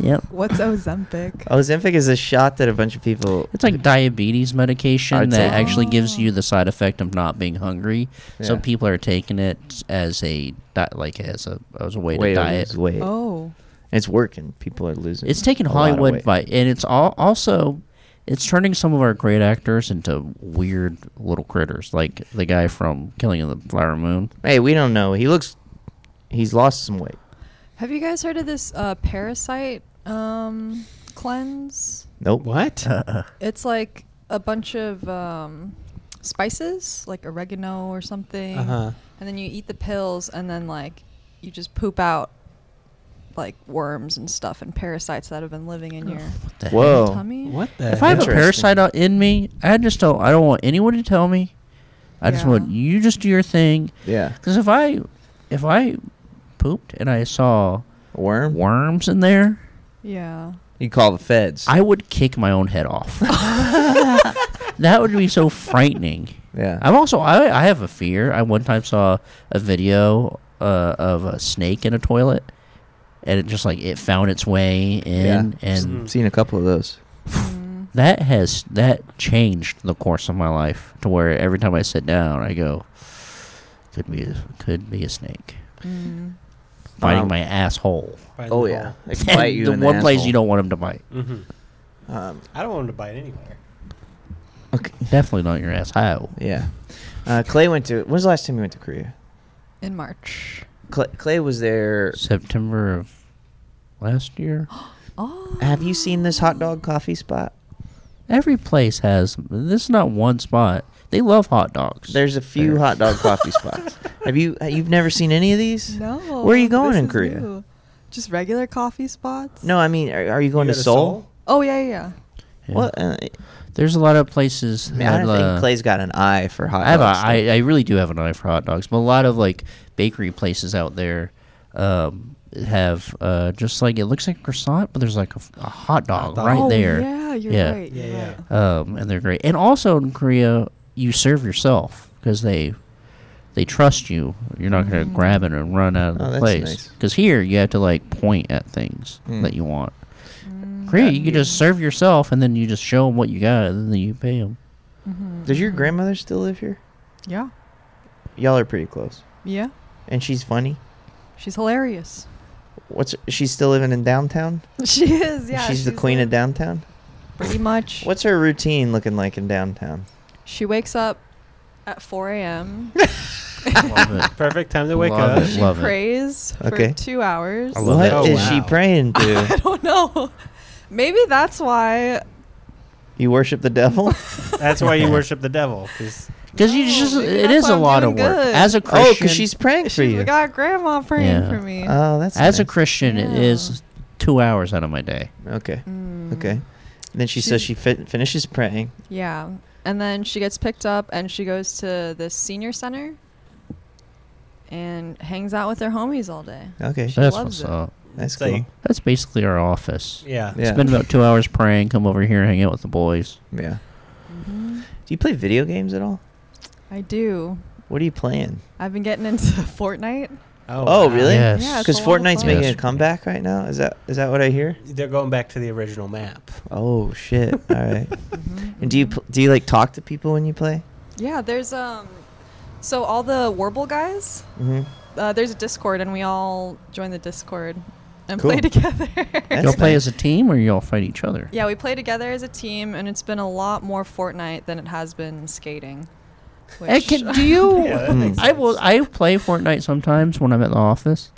[SPEAKER 4] Yep.
[SPEAKER 2] What's Ozempic?
[SPEAKER 1] Ozempic is a shot that a bunch of people.
[SPEAKER 4] It's like diabetes medication
[SPEAKER 1] Oh. I'd
[SPEAKER 4] that
[SPEAKER 1] take it.
[SPEAKER 4] actually gives
[SPEAKER 2] Oh.
[SPEAKER 4] you the side effect of not being hungry. So
[SPEAKER 1] Yeah.
[SPEAKER 4] people are taking it as a di- like as a as a way to
[SPEAKER 1] Weight
[SPEAKER 4] diet.
[SPEAKER 1] lose weight.
[SPEAKER 2] Oh.
[SPEAKER 1] It's working. People are losing.
[SPEAKER 4] It's taking
[SPEAKER 1] a lot of
[SPEAKER 4] Hollywood
[SPEAKER 1] weight.
[SPEAKER 4] by and it's all also it's turning some of our great actors into weird little critters, like the guy from Killing of the Flower Moon.
[SPEAKER 1] Hey, we don't know. He looks. He's lost some weight.
[SPEAKER 2] Have you guys heard of this uh, parasite um, cleanse?
[SPEAKER 1] Nope.
[SPEAKER 3] What?
[SPEAKER 2] It's like a bunch of um, spices, like oregano or something,
[SPEAKER 3] Uh-huh.
[SPEAKER 2] and then you eat the pills, and then like you just poop out like worms and stuff and parasites that have been living in your
[SPEAKER 4] What the heck?
[SPEAKER 1] Whoa.
[SPEAKER 2] tummy.
[SPEAKER 3] What the?
[SPEAKER 4] If I have a
[SPEAKER 1] Interesting.
[SPEAKER 4] parasite out in me, I just don't. I don't want anyone to tell me. I just
[SPEAKER 2] Yeah.
[SPEAKER 4] want you just do your thing.
[SPEAKER 1] Yeah.
[SPEAKER 4] Because if I if I pooped and I saw
[SPEAKER 1] Worm.
[SPEAKER 4] worms in there,
[SPEAKER 2] Yeah.
[SPEAKER 1] You call the feds.
[SPEAKER 4] I would kick my own head off. that would be so frightening.
[SPEAKER 1] yeah.
[SPEAKER 4] I'm also I I have a fear. I one time saw a video uh, of a snake in a toilet, and it just like it found its way in, and
[SPEAKER 1] I've seen a couple of those.
[SPEAKER 2] Mm.
[SPEAKER 4] that has that changed the course of my life to where every time I sit down, I go, could be a, could be a snake
[SPEAKER 2] Mm.
[SPEAKER 4] biting
[SPEAKER 1] Um,
[SPEAKER 4] my asshole.
[SPEAKER 1] Oh yeah. They can bite you
[SPEAKER 4] the
[SPEAKER 1] in
[SPEAKER 4] one place you
[SPEAKER 1] asshole.
[SPEAKER 4] don't want him to bite.
[SPEAKER 3] hmm
[SPEAKER 1] Um,
[SPEAKER 3] I don't want him to bite anywhere.
[SPEAKER 1] okay.
[SPEAKER 4] Definitely not your asshole.
[SPEAKER 1] Yeah. Uh, Clay went to. When's the last time you went to Korea?
[SPEAKER 2] In March.
[SPEAKER 1] Clay, Clay was there.
[SPEAKER 4] September of last year.
[SPEAKER 2] Oh.
[SPEAKER 1] Have you seen this hot dog coffee spot?
[SPEAKER 4] Every place has. This is not one spot. They love hot dogs.
[SPEAKER 1] There's a few
[SPEAKER 4] There.
[SPEAKER 1] hot dog coffee spots. Have you? You've never seen any of these?
[SPEAKER 2] No.
[SPEAKER 1] Where are you going
[SPEAKER 2] this
[SPEAKER 1] in
[SPEAKER 2] is
[SPEAKER 1] Korea?
[SPEAKER 2] new. Just regular coffee spots.
[SPEAKER 1] No, I mean, are, are you going
[SPEAKER 3] You
[SPEAKER 1] to
[SPEAKER 3] go
[SPEAKER 1] Seoul?
[SPEAKER 2] Oh yeah, yeah, yeah.
[SPEAKER 4] Yeah.
[SPEAKER 1] What? Uh,
[SPEAKER 4] There's a lot of places.
[SPEAKER 1] I, mean, I
[SPEAKER 4] that,
[SPEAKER 1] don't
[SPEAKER 4] uh,
[SPEAKER 1] think Clay's got an eye for hot
[SPEAKER 4] I have a,
[SPEAKER 1] dogs.
[SPEAKER 4] I, I really do have an eye for hot dogs, but a lot of like bakery places out there um, have uh, just like it looks like a croissant, but there's like a, f- a hot dog
[SPEAKER 3] dog.
[SPEAKER 4] right
[SPEAKER 2] oh,
[SPEAKER 4] there,
[SPEAKER 2] Yeah, you're
[SPEAKER 4] Yeah.
[SPEAKER 2] right. You're
[SPEAKER 3] Yeah, yeah.
[SPEAKER 2] right.
[SPEAKER 4] um, and they're great. And also in Korea, you serve yourself because they they trust you. You're not going
[SPEAKER 2] Mm-hmm.
[SPEAKER 4] to grab it and run out of
[SPEAKER 1] Oh,
[SPEAKER 4] the
[SPEAKER 1] that's
[SPEAKER 4] place.
[SPEAKER 1] nice.
[SPEAKER 4] Because here you have to like point at things
[SPEAKER 1] Mm.
[SPEAKER 4] that you want.
[SPEAKER 2] Mm.
[SPEAKER 4] Korea, you can
[SPEAKER 1] Mm-hmm.
[SPEAKER 4] just serve yourself, and then you just show them what you got, and then you pay them.
[SPEAKER 1] Does your grandmother still live here?
[SPEAKER 2] Mm-hmm. Yeah.
[SPEAKER 1] Y'all are pretty close,
[SPEAKER 2] Yeah.
[SPEAKER 1] and she's funny.
[SPEAKER 2] She's hilarious.
[SPEAKER 1] What's she's still living in downtown?
[SPEAKER 2] She is, yeah.
[SPEAKER 1] she's, the queen
[SPEAKER 2] like-
[SPEAKER 1] of downtown.
[SPEAKER 2] Pretty much.
[SPEAKER 1] What's her routine looking like in downtown?
[SPEAKER 2] She wakes up at 4 a.m.
[SPEAKER 4] Love it.
[SPEAKER 3] Perfect time to wake
[SPEAKER 4] Love
[SPEAKER 3] up.
[SPEAKER 4] it.
[SPEAKER 2] she
[SPEAKER 4] Love
[SPEAKER 2] prays for
[SPEAKER 1] Okay.
[SPEAKER 2] two hours.
[SPEAKER 4] I
[SPEAKER 1] What is
[SPEAKER 4] love
[SPEAKER 3] Oh,
[SPEAKER 4] that.
[SPEAKER 1] she
[SPEAKER 3] wow.
[SPEAKER 1] praying
[SPEAKER 2] I
[SPEAKER 1] to?
[SPEAKER 2] don't know. Maybe that's why.
[SPEAKER 1] you worship the devil?
[SPEAKER 3] That's why you worship the devil. 'cause-
[SPEAKER 4] Because you
[SPEAKER 2] No,
[SPEAKER 4] just,
[SPEAKER 2] maybe
[SPEAKER 4] it
[SPEAKER 2] that's
[SPEAKER 4] is
[SPEAKER 2] why
[SPEAKER 4] a
[SPEAKER 2] I'm
[SPEAKER 4] lot of
[SPEAKER 2] doing
[SPEAKER 4] work.
[SPEAKER 2] good.
[SPEAKER 4] As a Christian,
[SPEAKER 1] oh, because she's praying for
[SPEAKER 2] She's
[SPEAKER 1] you.
[SPEAKER 2] got grandma praying
[SPEAKER 4] Yeah.
[SPEAKER 2] for me.
[SPEAKER 1] Oh, that's
[SPEAKER 4] as a
[SPEAKER 1] nice.
[SPEAKER 4] Christian, it is two hours out of my day.
[SPEAKER 1] okay,
[SPEAKER 2] Mm.
[SPEAKER 1] okay. And then she
[SPEAKER 2] She's-
[SPEAKER 1] says she fin- finishes praying.
[SPEAKER 2] Yeah. And then she gets picked up and she goes to the senior center. and hangs out with their homies all day.
[SPEAKER 1] Okay,
[SPEAKER 2] She
[SPEAKER 4] That's
[SPEAKER 2] loves
[SPEAKER 4] what's
[SPEAKER 2] it.
[SPEAKER 4] up.
[SPEAKER 1] that's
[SPEAKER 3] It's
[SPEAKER 1] cool.
[SPEAKER 3] like-
[SPEAKER 4] That's basically our office.
[SPEAKER 3] Yeah.
[SPEAKER 1] Yeah.
[SPEAKER 4] Spend about two hours praying, come over here, hang out with the boys.
[SPEAKER 1] yeah.
[SPEAKER 4] Mm-hmm.
[SPEAKER 2] hmm
[SPEAKER 1] Do you play video games at all?
[SPEAKER 2] I do.
[SPEAKER 1] What are you playing?
[SPEAKER 2] I've been getting into Fortnite.
[SPEAKER 1] Oh,
[SPEAKER 3] wow.
[SPEAKER 1] really?
[SPEAKER 4] Yes.
[SPEAKER 2] Yeah, it's
[SPEAKER 1] Because
[SPEAKER 2] a lot of
[SPEAKER 1] Fortnite's
[SPEAKER 2] fun.
[SPEAKER 1] making
[SPEAKER 4] Yes.
[SPEAKER 1] a comeback right now. Is that is that what I hear?
[SPEAKER 3] They're going back to the original map.
[SPEAKER 1] Oh shit! All right.
[SPEAKER 2] Mhm,
[SPEAKER 1] And do you
[SPEAKER 2] mhm.
[SPEAKER 1] pl- do you like talk to people when you play?
[SPEAKER 2] Yeah, there's um, so all the Warble guys,
[SPEAKER 1] Mm-hmm.
[SPEAKER 2] uh, there's a Discord, and we all join the Discord and
[SPEAKER 1] Cool.
[SPEAKER 2] play together.
[SPEAKER 1] That's
[SPEAKER 4] y'all play
[SPEAKER 1] nice.
[SPEAKER 4] as a team or y'all fight each other?
[SPEAKER 2] yeah, we play together as a team, and it's been a lot more Fortnite than it has been skating.
[SPEAKER 4] Hey,
[SPEAKER 2] which-
[SPEAKER 4] can, do you?
[SPEAKER 3] Yeah,
[SPEAKER 1] that makes
[SPEAKER 4] I will. I play Fortnite sometimes when I'm at the office,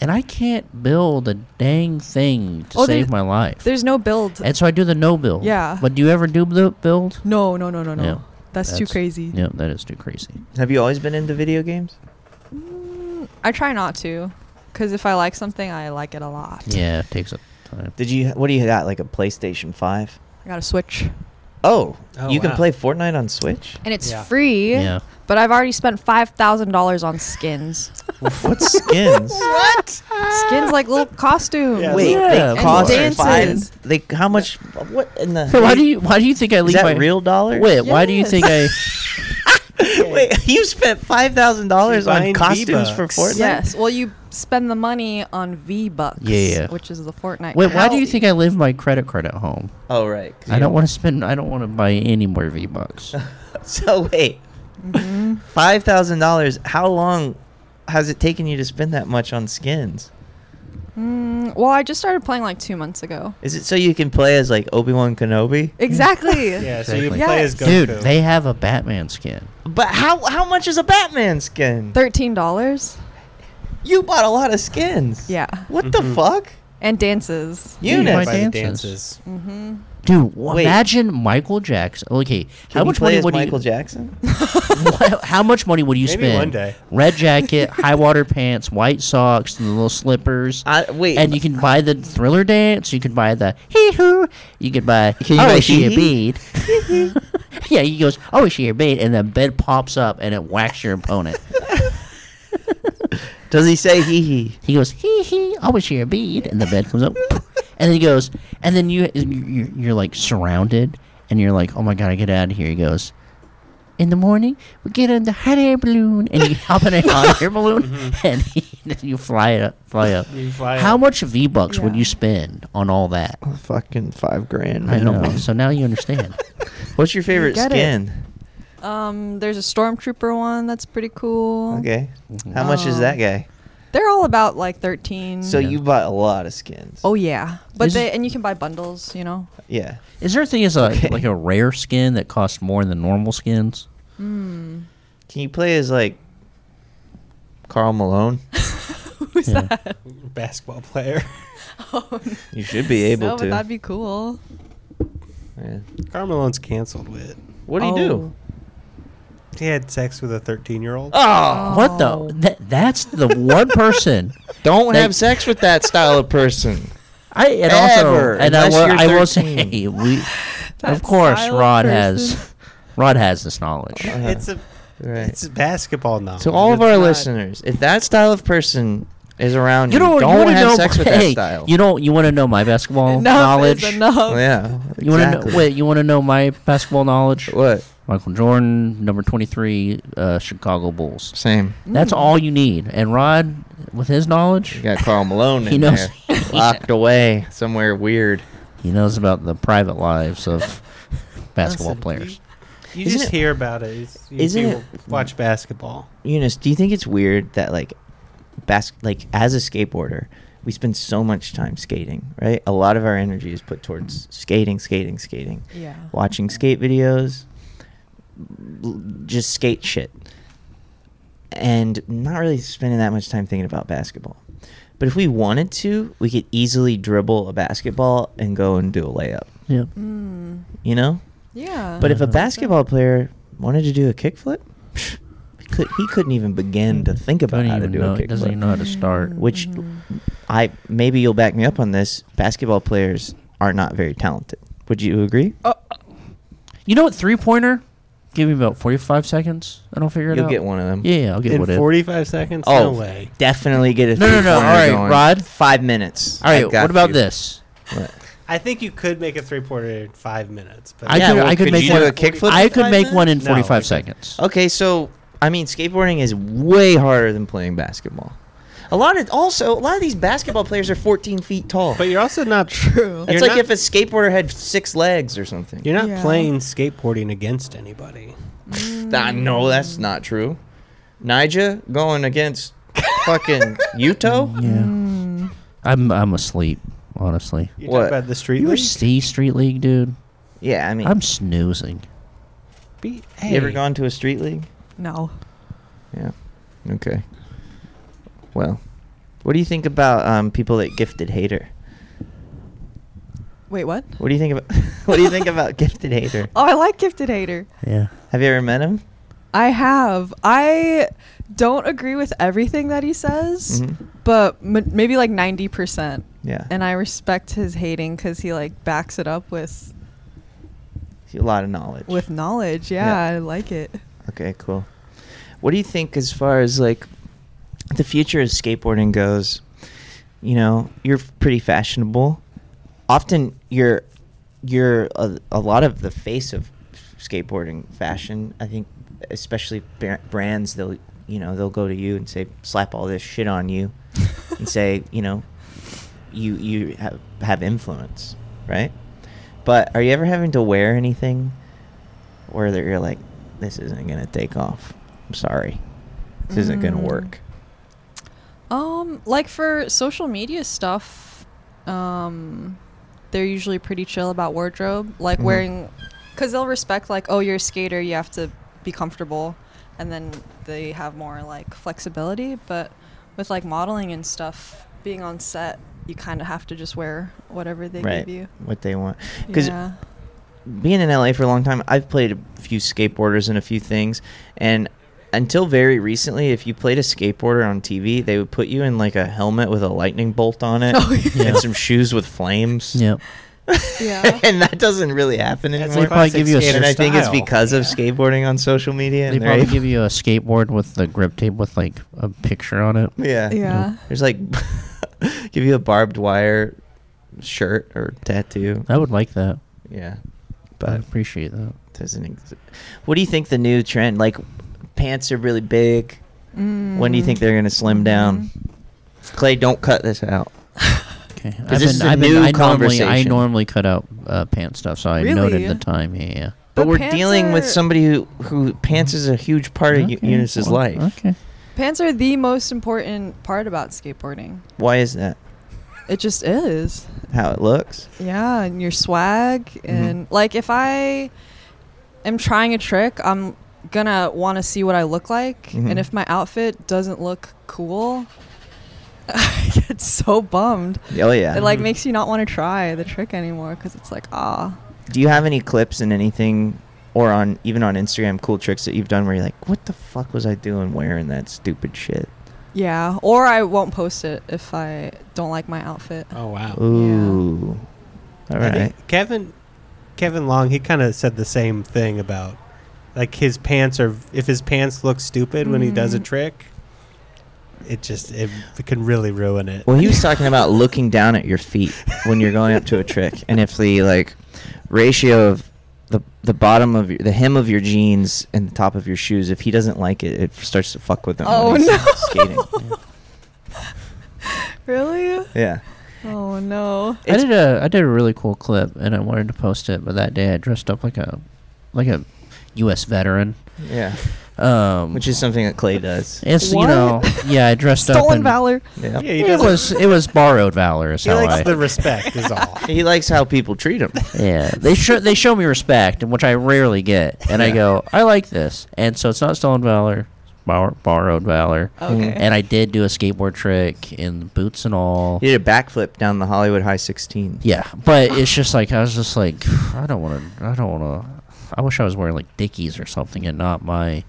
[SPEAKER 4] and I can't build a dang thing to
[SPEAKER 2] Oh, there-
[SPEAKER 4] save my life.
[SPEAKER 2] There's no build.
[SPEAKER 4] And so I do the no build.
[SPEAKER 2] Yeah.
[SPEAKER 4] But do you ever do the build?
[SPEAKER 2] No, no, no, no, no.
[SPEAKER 4] Yeah,
[SPEAKER 2] that's, too
[SPEAKER 4] that's-
[SPEAKER 2] crazy.
[SPEAKER 4] No, that is too crazy.
[SPEAKER 1] Have you always been into video games?
[SPEAKER 2] Mm, I try not to, because if I like something, I like it a lot.
[SPEAKER 4] Yeah, it takes up time.
[SPEAKER 1] Did you? What do you got? Like a PlayStation Five?
[SPEAKER 2] I got a Switch,
[SPEAKER 1] Oh,
[SPEAKER 3] Oh,
[SPEAKER 1] you can
[SPEAKER 3] wow.
[SPEAKER 1] play Fortnite on Switch.
[SPEAKER 2] and it's
[SPEAKER 3] Yeah.
[SPEAKER 2] free.
[SPEAKER 4] Yeah.
[SPEAKER 2] But I've already spent five thousand dollars on skins.
[SPEAKER 1] what skins?
[SPEAKER 2] what? Skins like little costumes.
[SPEAKER 3] Yeah,
[SPEAKER 1] Wait,
[SPEAKER 4] Yeah,
[SPEAKER 1] they
[SPEAKER 4] of
[SPEAKER 1] cost
[SPEAKER 2] course. Dances.
[SPEAKER 1] five. They how much? What in the?
[SPEAKER 4] why do you? Why do you think I
[SPEAKER 1] Is
[SPEAKER 4] leave
[SPEAKER 1] that
[SPEAKER 4] my
[SPEAKER 1] real dollars?
[SPEAKER 4] Wait, why do you
[SPEAKER 2] Yes.
[SPEAKER 4] think I?
[SPEAKER 1] wait. You spent five thousand dollars on
[SPEAKER 3] Buying
[SPEAKER 1] costumes for
[SPEAKER 3] V-Bucks.
[SPEAKER 1] Fortnite.
[SPEAKER 2] Yes. Well, you spend the money on V bucks.
[SPEAKER 4] Yeah, yeah.
[SPEAKER 2] Which is the Fortnite.
[SPEAKER 4] Wait, why do you
[SPEAKER 2] currency.
[SPEAKER 4] think I leave my credit card at home?
[SPEAKER 1] Oh right. 'cause
[SPEAKER 4] I
[SPEAKER 1] you
[SPEAKER 4] don't want to spend. I don't want to buy any more V bucks.
[SPEAKER 1] So wait,
[SPEAKER 2] Mhm.
[SPEAKER 1] five thousand dollars. How long has it taken you to spend that much on skins?
[SPEAKER 2] Mm, well, I just started playing like two months ago.
[SPEAKER 1] Is it so you can play as like Obi Wan Kenobi?
[SPEAKER 2] Exactly.
[SPEAKER 3] Yeah, so you
[SPEAKER 4] Exactly.
[SPEAKER 3] play
[SPEAKER 2] Yes.
[SPEAKER 3] as Goku.
[SPEAKER 4] Dude, they have a Batman skin.
[SPEAKER 1] But how how much is a Batman skin?
[SPEAKER 2] Thirteen dollars.
[SPEAKER 1] You bought a lot of skins.
[SPEAKER 2] Yeah.
[SPEAKER 1] What
[SPEAKER 3] Mhm.
[SPEAKER 4] Mm-hmm.
[SPEAKER 1] the fuck,
[SPEAKER 2] And dances.
[SPEAKER 4] Yeah, you
[SPEAKER 1] Eunice?
[SPEAKER 4] buy
[SPEAKER 3] by the
[SPEAKER 4] dances.
[SPEAKER 3] dances.
[SPEAKER 2] Mm-hmm.
[SPEAKER 4] Dude, w-
[SPEAKER 1] Wait.
[SPEAKER 4] imagine Michael Jackson. Okay,
[SPEAKER 1] Can
[SPEAKER 4] how
[SPEAKER 1] you
[SPEAKER 4] much
[SPEAKER 1] play
[SPEAKER 4] money
[SPEAKER 1] as
[SPEAKER 4] would
[SPEAKER 1] Michael
[SPEAKER 4] you?
[SPEAKER 1] Jackson?
[SPEAKER 4] Wha- how much money would you
[SPEAKER 3] Maybe
[SPEAKER 4] spend?
[SPEAKER 3] one day.
[SPEAKER 4] Red jacket, high water pants, white socks, and the little slippers.
[SPEAKER 1] I, wait,
[SPEAKER 4] and you can buy the thriller dance. You can buy the hee hoo. You can buy
[SPEAKER 1] Can you
[SPEAKER 4] oh
[SPEAKER 1] buy
[SPEAKER 4] is she a
[SPEAKER 1] hee-hee?
[SPEAKER 4] bead? yeah, he goes oh is she a bead? And the bed pops up and it whacks your opponent.
[SPEAKER 1] does he say hee hee?
[SPEAKER 4] He goes hee hee. Oh is she a bead? And the bed comes up. and then he goes and then you you're, you're like surrounded and you're like oh my god I get out of here. He goes. In the morning, we get in the hot air balloon, and you hop in a hot air balloon, and, you fly it up, fly up.
[SPEAKER 3] You fly
[SPEAKER 4] How
[SPEAKER 3] up.
[SPEAKER 4] much V bucks would
[SPEAKER 2] Yeah.
[SPEAKER 4] you spend on all that?
[SPEAKER 1] Fucking five grand.
[SPEAKER 4] I
[SPEAKER 1] minimum.
[SPEAKER 4] know. So now you understand.
[SPEAKER 1] What's your favorite
[SPEAKER 2] get it.
[SPEAKER 1] skin?
[SPEAKER 2] Um, there's a stormtrooper one that's pretty cool.
[SPEAKER 1] Okay, how much is that
[SPEAKER 2] Um,
[SPEAKER 1] guy?
[SPEAKER 2] They're all about like thirteen.
[SPEAKER 1] So
[SPEAKER 4] Yeah.
[SPEAKER 1] you bought a lot of skins.
[SPEAKER 2] Mm. Oh yeah, but
[SPEAKER 4] Is-
[SPEAKER 2] they and you can buy bundles. You know.
[SPEAKER 1] yeah.
[SPEAKER 4] Is there a thing as a
[SPEAKER 1] Okay.
[SPEAKER 4] like a rare skin that costs more than normal skins?
[SPEAKER 1] Hmm.
[SPEAKER 2] Mm.
[SPEAKER 1] Can you play as like Carl Malone?
[SPEAKER 2] Who's
[SPEAKER 4] Yeah.
[SPEAKER 2] that?
[SPEAKER 3] Basketball player.
[SPEAKER 2] Oh,
[SPEAKER 1] You should be able
[SPEAKER 2] no,
[SPEAKER 1] to.
[SPEAKER 2] But that'd be cool.
[SPEAKER 1] Yeah.
[SPEAKER 3] Carmelone's canceled with.
[SPEAKER 1] What do you do?
[SPEAKER 3] He had sex with a 13 year old.
[SPEAKER 1] Oh,
[SPEAKER 4] What
[SPEAKER 2] Oh.
[SPEAKER 4] the? That, that's the one person.
[SPEAKER 1] don't
[SPEAKER 4] They-
[SPEAKER 1] have sex with that style of person.
[SPEAKER 4] I and
[SPEAKER 1] Ever,
[SPEAKER 4] also and I
[SPEAKER 1] unless
[SPEAKER 4] will,
[SPEAKER 1] you're
[SPEAKER 4] I will
[SPEAKER 1] 13.
[SPEAKER 4] say we of
[SPEAKER 2] Oh. That
[SPEAKER 4] course
[SPEAKER 2] style of
[SPEAKER 4] Rod
[SPEAKER 2] person.
[SPEAKER 4] has Rod has this knowledge.
[SPEAKER 3] It's a
[SPEAKER 1] Right.
[SPEAKER 3] it's basketball now.
[SPEAKER 1] to all of our
[SPEAKER 2] not-
[SPEAKER 1] listeners, if that style of person is around you,
[SPEAKER 4] You don't,
[SPEAKER 1] don't,
[SPEAKER 4] you wanna
[SPEAKER 1] have
[SPEAKER 4] know,
[SPEAKER 1] sex with
[SPEAKER 4] hey,
[SPEAKER 1] that style.
[SPEAKER 4] You don't you want to know my basketball
[SPEAKER 2] Enough
[SPEAKER 4] knowledge?
[SPEAKER 2] is enough.
[SPEAKER 1] yeah.
[SPEAKER 4] You want to
[SPEAKER 1] exactly.
[SPEAKER 4] know, wait? You want to know my basketball knowledge?
[SPEAKER 1] What?
[SPEAKER 4] Michael Jordan, number twenty-three, uh, Chicago Bulls.
[SPEAKER 1] Same.
[SPEAKER 2] Mm.
[SPEAKER 4] That's
[SPEAKER 2] Hmm.
[SPEAKER 4] all you need. And Rod, with his knowledge,
[SPEAKER 1] You got Carl Malone
[SPEAKER 4] He
[SPEAKER 1] in
[SPEAKER 4] knows-
[SPEAKER 1] there, locked away somewhere weird.
[SPEAKER 4] he knows about the private lives of basketball
[SPEAKER 3] Listen,
[SPEAKER 4] players.
[SPEAKER 3] You
[SPEAKER 1] Isn't
[SPEAKER 3] just
[SPEAKER 1] it-
[SPEAKER 3] hear about it. It's, you
[SPEAKER 1] isn't
[SPEAKER 3] people watch basketball.
[SPEAKER 1] Eunice, do you think it's weird that like bas- like as a skateboarder, we spend so much time skating, right? A lot of our energy is put towards skating, skating, skating.
[SPEAKER 2] Yeah.
[SPEAKER 1] Watching skate videos, l- just skate shit. And not really spending that much time thinking about basketball. But if we wanted to, we could easily dribble a basketball and go and do a layup,
[SPEAKER 4] Yeah.
[SPEAKER 2] Mm.
[SPEAKER 1] you know?
[SPEAKER 2] Yeah.
[SPEAKER 1] But if a
[SPEAKER 4] Uh-huh.
[SPEAKER 1] basketball player wanted to do a kickflip, he could- he couldn't even begin to think about
[SPEAKER 4] Don't
[SPEAKER 1] how to
[SPEAKER 4] even
[SPEAKER 1] do
[SPEAKER 4] know-
[SPEAKER 1] a
[SPEAKER 4] he doesn't even
[SPEAKER 1] kickflip.
[SPEAKER 4] know how to start.
[SPEAKER 1] Which
[SPEAKER 2] Mhm.
[SPEAKER 1] I maybe you'll back me up on this. Basketball players are not very talented. Would you agree?
[SPEAKER 2] Oh,
[SPEAKER 4] You know what? Three pointer. Give me about forty-five seconds, and I'll figure it
[SPEAKER 1] You'll
[SPEAKER 4] out.
[SPEAKER 1] get one of them.
[SPEAKER 4] Yeah, yeah, I'll get
[SPEAKER 3] In
[SPEAKER 4] one. in.
[SPEAKER 3] 45 seconds?
[SPEAKER 1] Oh,
[SPEAKER 3] No way.
[SPEAKER 1] definitely get it.
[SPEAKER 4] No, no, no, all right, Rod.
[SPEAKER 1] Five minutes.
[SPEAKER 4] All
[SPEAKER 1] I've
[SPEAKER 4] right,
[SPEAKER 1] got
[SPEAKER 4] what about
[SPEAKER 1] you.
[SPEAKER 4] this?
[SPEAKER 1] What?
[SPEAKER 3] I think you could make a three pointer in five minutes. But
[SPEAKER 4] I
[SPEAKER 1] yeah,
[SPEAKER 4] could-
[SPEAKER 1] well,
[SPEAKER 4] I could make
[SPEAKER 1] you
[SPEAKER 4] one
[SPEAKER 1] do a
[SPEAKER 4] in
[SPEAKER 1] kickflip.
[SPEAKER 4] I could make one in
[SPEAKER 3] No,
[SPEAKER 4] forty-five
[SPEAKER 3] I
[SPEAKER 4] seconds.
[SPEAKER 1] Okay, so I mean, skateboarding is way harder than playing basketball. A lot of also a lot of these basketball players are 14 feet tall.
[SPEAKER 3] But you're also not.
[SPEAKER 2] True.
[SPEAKER 1] That's
[SPEAKER 3] you're
[SPEAKER 1] like
[SPEAKER 3] not-
[SPEAKER 1] if a skateboarder had six legs or something.
[SPEAKER 3] You're not
[SPEAKER 2] Yeah.
[SPEAKER 3] playing skateboarding against anybody.
[SPEAKER 1] Ah, no, that's not true. Nija going against fucking Yuto.
[SPEAKER 4] Yeah, I'm I'm asleep. Honestly,
[SPEAKER 3] You
[SPEAKER 1] What?
[SPEAKER 3] talk about the street.
[SPEAKER 4] you were
[SPEAKER 3] league?
[SPEAKER 4] C Street League, dude.
[SPEAKER 1] Yeah, I mean,
[SPEAKER 4] I'm snoozing.
[SPEAKER 3] Be-
[SPEAKER 1] you ever
[SPEAKER 3] hey.
[SPEAKER 1] gone to a street league?
[SPEAKER 2] No.
[SPEAKER 1] Yeah. Okay. Well, what do you think about um, people that gifted hater?
[SPEAKER 2] Wait, what?
[SPEAKER 1] What do you think about? what do you think about gifted hater?
[SPEAKER 2] Oh, I like Gifted Hater.
[SPEAKER 4] Yeah.
[SPEAKER 1] Have you ever met him?
[SPEAKER 2] I have. I don't agree with everything that he says,
[SPEAKER 1] Mhm.
[SPEAKER 2] but m- maybe like 90%.
[SPEAKER 1] Yeah.
[SPEAKER 2] And I respect his hating because he like backs it up with
[SPEAKER 1] a lot of knowledge.
[SPEAKER 2] with knowledge. Yeah,
[SPEAKER 1] Yeah.
[SPEAKER 2] I like it.
[SPEAKER 1] Okay, cool. What do you think as far as like the future of skateboarding goes? You know, you're pretty fashionable. Often you're you're a, a lot of the face of skateboarding fashion. I think especially ba- brands they'll you know, they'll go to you and say slap all this shit on you and say, you know, you you have, have influence, right? But are you ever having to wear anything where that you're like, this isn't gonna take off? I'm sorry, this isn't gonna
[SPEAKER 2] Mm.
[SPEAKER 1] work.
[SPEAKER 2] Um, like for social media stuff, um, they're usually pretty chill about wardrobe, like
[SPEAKER 1] Mhm.
[SPEAKER 2] wearing, because they'll respect like, oh, you're a skater, you have to be comfortable, and then they have more like flexibility. But with like modeling and stuff, being on set, you kind of have to just wear whatever they
[SPEAKER 1] right,
[SPEAKER 2] give you.
[SPEAKER 1] what they want. Because
[SPEAKER 2] yeah.
[SPEAKER 1] being in LA for a long time, I've played a few skateboarders and a few things, and until very recently, if you played a skateboarder on TV, they would put you in like a helmet with a lightning bolt on it
[SPEAKER 2] Oh, yeah.
[SPEAKER 1] and some shoes with flames.
[SPEAKER 4] Yep.
[SPEAKER 2] Yeah.
[SPEAKER 1] and that doesn't really happen
[SPEAKER 3] That's
[SPEAKER 1] anymore.
[SPEAKER 3] a classic
[SPEAKER 4] give you a
[SPEAKER 3] skater
[SPEAKER 1] and I think it's
[SPEAKER 3] style.
[SPEAKER 1] because of skateboarding on social media.
[SPEAKER 4] They
[SPEAKER 1] And they're
[SPEAKER 4] probably
[SPEAKER 1] able,
[SPEAKER 4] give you a skateboard with the grip tape with like a picture on it.
[SPEAKER 1] yeah,
[SPEAKER 2] Yeah.
[SPEAKER 1] There's like give you a barbed wire shirt or tattoo.
[SPEAKER 4] I would like that.
[SPEAKER 1] Yeah,
[SPEAKER 4] I
[SPEAKER 1] but
[SPEAKER 4] appreciate that.
[SPEAKER 1] doesn't exist. What do you think the new trend? Like pants are really big.
[SPEAKER 2] Mm-hmm.
[SPEAKER 1] When do you think they're gonna slim down? Clay, don't cut this out.
[SPEAKER 4] Okay. I've
[SPEAKER 1] this is a
[SPEAKER 4] I've
[SPEAKER 1] new
[SPEAKER 4] I normally I
[SPEAKER 1] conversation.
[SPEAKER 4] normally cut out uh, pants stuff, so I
[SPEAKER 2] Really?
[SPEAKER 4] noted the time. Yeah. yeah.
[SPEAKER 1] But,
[SPEAKER 2] But
[SPEAKER 1] we're
[SPEAKER 2] pants
[SPEAKER 1] dealing with
[SPEAKER 2] are-
[SPEAKER 1] somebody who, who pants is a huge part of Eu-
[SPEAKER 4] Okay,
[SPEAKER 1] Eunice's
[SPEAKER 4] well,
[SPEAKER 1] life.
[SPEAKER 4] Okay.
[SPEAKER 2] Pants are the most important part about skateboarding.
[SPEAKER 1] Why is that?
[SPEAKER 2] It just is.
[SPEAKER 1] How it looks?
[SPEAKER 2] Yeah, and your swag and like if I am trying a trick, I'm gonna want to see what I look like,
[SPEAKER 1] Mhm.
[SPEAKER 2] and if my outfit doesn't look cool, I get so bummed.
[SPEAKER 1] Oh yeah.
[SPEAKER 2] It like makes you not want to try the trick anymore because it's like ah.
[SPEAKER 1] Do you have any clips and anything, or on even on Instagram, cool tricks that you've done where you're like, "What the fuck was I doing wearing that stupid shit?"
[SPEAKER 2] Yeah, or I won't post it if I don't like my outfit.
[SPEAKER 3] Oh, wow.
[SPEAKER 1] Ooh, all
[SPEAKER 3] I
[SPEAKER 1] right.
[SPEAKER 3] think Kevin Kevin Long, he kind of said the same thing about like his pants are if his pants look stupid when he does a
[SPEAKER 2] Mhm.
[SPEAKER 3] trick, it just it, it can really ruin it.
[SPEAKER 1] Well, he was talking about looking down at your feet when you're going up to a trick, and if the like ratio of the the bottom of your, the hem of your jeans and the top of your shoes, if he doesn't like it, it starts to fuck with him.
[SPEAKER 2] Oh
[SPEAKER 1] when he's
[SPEAKER 2] no!
[SPEAKER 1] Skating.
[SPEAKER 2] really?
[SPEAKER 1] Yeah.
[SPEAKER 2] Oh no!
[SPEAKER 4] I did a I did a really cool clip and I wanted to post it, but that day I dressed up like a like a U.S. veteran.
[SPEAKER 1] Yeah.
[SPEAKER 4] Um,
[SPEAKER 1] Which is something that Clay does.
[SPEAKER 4] it's
[SPEAKER 2] What?
[SPEAKER 4] you know yeah I dressed up
[SPEAKER 2] Stolen
[SPEAKER 4] in-
[SPEAKER 2] valor.
[SPEAKER 1] Yeah.
[SPEAKER 3] yeah, he
[SPEAKER 4] It
[SPEAKER 3] doesn't.
[SPEAKER 4] was it was borrowed valor is
[SPEAKER 3] he
[SPEAKER 4] how I
[SPEAKER 3] likes the respect is all.
[SPEAKER 1] He likes how people treat him.
[SPEAKER 4] Yeah, they show they show me respect, and which I rarely get. And I
[SPEAKER 1] Yeah.
[SPEAKER 4] go, I like this, and so it's not stolen valor, it's bor- borrowed valor.
[SPEAKER 2] Okay.
[SPEAKER 4] And I did do a skateboard trick in boots and all.
[SPEAKER 1] He did a backflip down the Hollywood High 16.
[SPEAKER 4] Yeah, but it's just like I was just like I don't want to. I don't want to. I wish I was wearing like Dickies or something and not my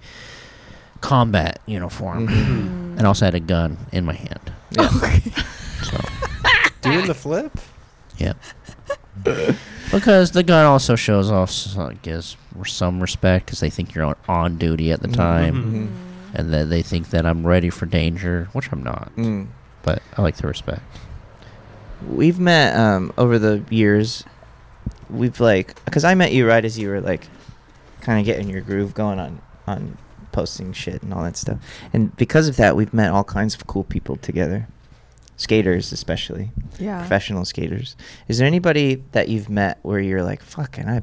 [SPEAKER 4] combat uniform.
[SPEAKER 1] Mhm.
[SPEAKER 2] Mm.
[SPEAKER 4] And also had a gun in my hand.
[SPEAKER 1] Yeah.
[SPEAKER 2] Okay.
[SPEAKER 4] So
[SPEAKER 3] Doing the flip?
[SPEAKER 4] yeah, because the gun also shows off, s- I guess, some respect because they think you're on, on duty at the
[SPEAKER 1] Mm-hmm.
[SPEAKER 4] time,
[SPEAKER 3] Mhm.
[SPEAKER 4] and that they think that I'm ready for danger, which I'm not.
[SPEAKER 1] Mm.
[SPEAKER 4] But I like the respect.
[SPEAKER 1] We've met um, over the years. We've like, because I met you right as you were like, kind of getting your groove going on on posting shit and all that stuff. And because of that, we've met all kinds of cool people together, skaters especially,
[SPEAKER 2] Yeah.
[SPEAKER 1] professional skaters. Is there anybody that you've met where you're like, fucking, I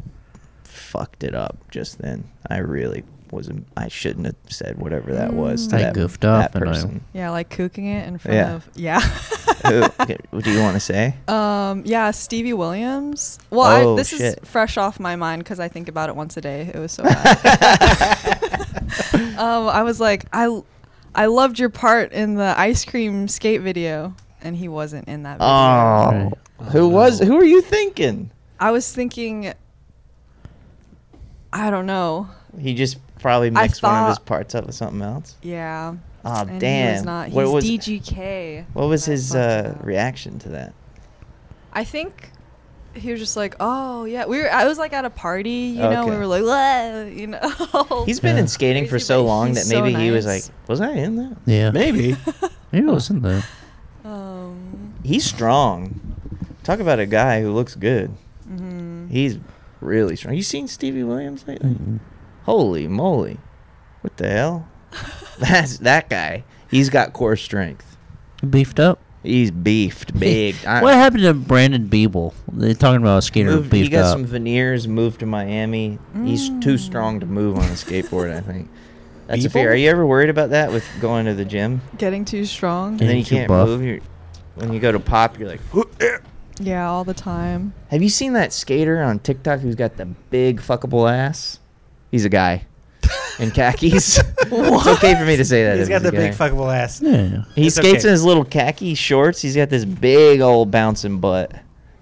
[SPEAKER 1] fucked it up just then. I really wasn't. I shouldn't have said whatever that was. To
[SPEAKER 4] I
[SPEAKER 1] that,
[SPEAKER 4] goofed
[SPEAKER 1] that
[SPEAKER 4] up and I-
[SPEAKER 1] person.
[SPEAKER 2] Yeah, like cooking it in front
[SPEAKER 1] Yeah.
[SPEAKER 2] of. Yeah.
[SPEAKER 1] Who, okay, do you want to say?
[SPEAKER 2] Um. Yeah, Stevie Williams. Well,
[SPEAKER 1] Oh,
[SPEAKER 2] I, this
[SPEAKER 1] shit.
[SPEAKER 2] is fresh off my mind because I think about it once a day. It was so bad. um, I was like, I, I loved your part in the ice cream skate video, and he wasn't in that. Video.
[SPEAKER 1] Oh, who was? Who are you thinking?
[SPEAKER 2] I was thinking. I don't know.
[SPEAKER 1] He just probably
[SPEAKER 2] I
[SPEAKER 1] mixed one of his
[SPEAKER 2] thought-
[SPEAKER 1] parts up with something else.
[SPEAKER 2] Yeah.
[SPEAKER 1] Oh,
[SPEAKER 2] and He was
[SPEAKER 1] damn.
[SPEAKER 2] not. He's
[SPEAKER 1] What was-
[SPEAKER 2] DGK.
[SPEAKER 1] What was
[SPEAKER 2] that I
[SPEAKER 1] his
[SPEAKER 2] fucked
[SPEAKER 1] uh,
[SPEAKER 2] up.
[SPEAKER 1] reaction to that?
[SPEAKER 2] I think he was just like, "Oh yeah, we were." I was like at a party, you know. We
[SPEAKER 1] Okay.
[SPEAKER 2] were like, "Whoa," you know.
[SPEAKER 1] He's been
[SPEAKER 4] Yeah.
[SPEAKER 1] in skating for
[SPEAKER 2] Oh, Crazy,
[SPEAKER 1] so
[SPEAKER 2] but
[SPEAKER 1] long that
[SPEAKER 2] he's
[SPEAKER 1] maybe
[SPEAKER 2] so
[SPEAKER 1] he was like,
[SPEAKER 2] nice.
[SPEAKER 1] "Was I in that?"
[SPEAKER 4] Yeah,
[SPEAKER 3] Maybe.
[SPEAKER 4] maybe it was in the.
[SPEAKER 2] um,
[SPEAKER 1] He's strong. Talk about a guy who looks good.
[SPEAKER 2] mhm.
[SPEAKER 1] He's really strong. You seen Stevie Williams lately?
[SPEAKER 4] Mm-mm.
[SPEAKER 1] Holy moly! What the hell? That's that guy. He's got core strength.
[SPEAKER 4] Beefed up.
[SPEAKER 1] He's beefed big. I-
[SPEAKER 4] what happened to Brandon Beeble? They're talking about a skater who
[SPEAKER 1] moved, he
[SPEAKER 4] beefed
[SPEAKER 1] got
[SPEAKER 4] up.
[SPEAKER 1] some veneers, moved to Miami. He's too
[SPEAKER 2] Mm.
[SPEAKER 1] strong to move on a skateboard, I think. That's a
[SPEAKER 3] Beeple?
[SPEAKER 1] fear. Are you ever worried about that with going to the gym?
[SPEAKER 2] Getting too strong.
[SPEAKER 1] And then you
[SPEAKER 4] too
[SPEAKER 1] can't
[SPEAKER 4] buff.
[SPEAKER 1] move. You're, when you go to pop, you're like, eh."
[SPEAKER 2] Yeah, all the time.
[SPEAKER 1] have you seen that skater on TikTok who's got the big fuckable ass? He's a guy in khakis. it's okay for me to say that.
[SPEAKER 3] He's
[SPEAKER 1] if
[SPEAKER 3] got
[SPEAKER 1] he's a
[SPEAKER 3] the big
[SPEAKER 1] guy.
[SPEAKER 3] fuckable ass.
[SPEAKER 4] yeah.
[SPEAKER 1] He
[SPEAKER 3] It's
[SPEAKER 1] skates
[SPEAKER 3] okay.
[SPEAKER 1] in his little khaki shorts. He's got this big old bouncing butt.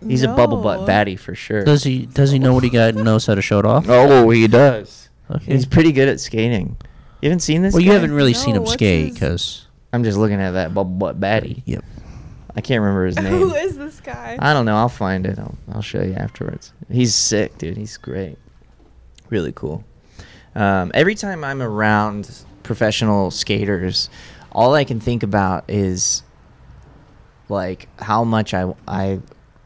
[SPEAKER 1] He's a bubble butt
[SPEAKER 2] No.
[SPEAKER 1] baddie for sure.
[SPEAKER 4] Does he does he know what he got and knows how to show it off?
[SPEAKER 1] Oh, he does.
[SPEAKER 4] Okay.
[SPEAKER 1] He's pretty good at skating. You haven't seen this?
[SPEAKER 4] well, you
[SPEAKER 1] guy?
[SPEAKER 4] haven't really seen
[SPEAKER 2] No,
[SPEAKER 4] him
[SPEAKER 2] what's
[SPEAKER 4] skate
[SPEAKER 2] his-
[SPEAKER 4] because.
[SPEAKER 1] I'm just looking at that bubble butt baddie.
[SPEAKER 4] Yep.
[SPEAKER 1] I can't remember his name.
[SPEAKER 2] Who is this guy?
[SPEAKER 1] I don't know. I'll find it. I'll, I'll show you afterwards. He's sick, dude. He's great. Really cool. Um, every time I'm around professional skaters, all I can think about is like how much I I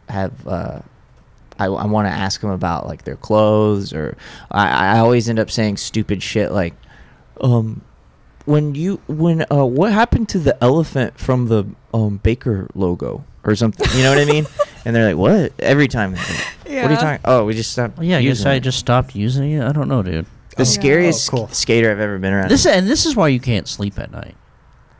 [SPEAKER 1] have. Uh, I, I want to ask them about like their clothes, or I, I always end up saying stupid shit like, um, when you when uh, what happened to the elephant from the um Baker logo or something? You know what I mean? and they're like, what? Every time. they're like,
[SPEAKER 2] yeah.
[SPEAKER 1] What are you talking? Oh, we just stopped.
[SPEAKER 4] Well, yeah, I guess
[SPEAKER 1] using
[SPEAKER 4] I
[SPEAKER 1] it."
[SPEAKER 4] just stopped using it. I don't know, dude.
[SPEAKER 1] the
[SPEAKER 3] Oh,
[SPEAKER 1] scariest
[SPEAKER 3] oh, cool.
[SPEAKER 1] sk- skater I've ever been around.
[SPEAKER 4] This and this is why you can't sleep at night,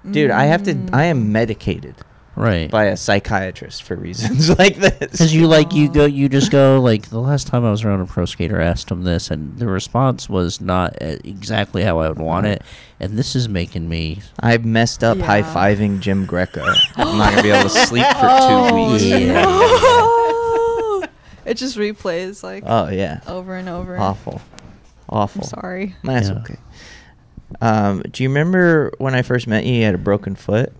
[SPEAKER 1] Dude, I have to. I am medicated
[SPEAKER 4] right?
[SPEAKER 1] by a psychiatrist for reasons like
[SPEAKER 4] Because
[SPEAKER 1] this.
[SPEAKER 4] you like you
[SPEAKER 2] Aw.
[SPEAKER 4] go you just go like the last time I was around a pro skater I asked him this and the response was not uh, exactly how I would want it, and this is making me
[SPEAKER 1] I messed up
[SPEAKER 2] Yeah.
[SPEAKER 1] high fiving Jim Greco. uh, I'm not gonna be able to sleep for two
[SPEAKER 2] Oh,
[SPEAKER 1] weeks.
[SPEAKER 4] yeah.
[SPEAKER 2] no. it just replays like
[SPEAKER 1] Oh yeah.
[SPEAKER 2] over and over.
[SPEAKER 1] Awful. Awful.
[SPEAKER 2] I'm sorry.
[SPEAKER 1] That's
[SPEAKER 4] Yeah.
[SPEAKER 1] okay. Um, do you remember when I first met you? You had a broken foot.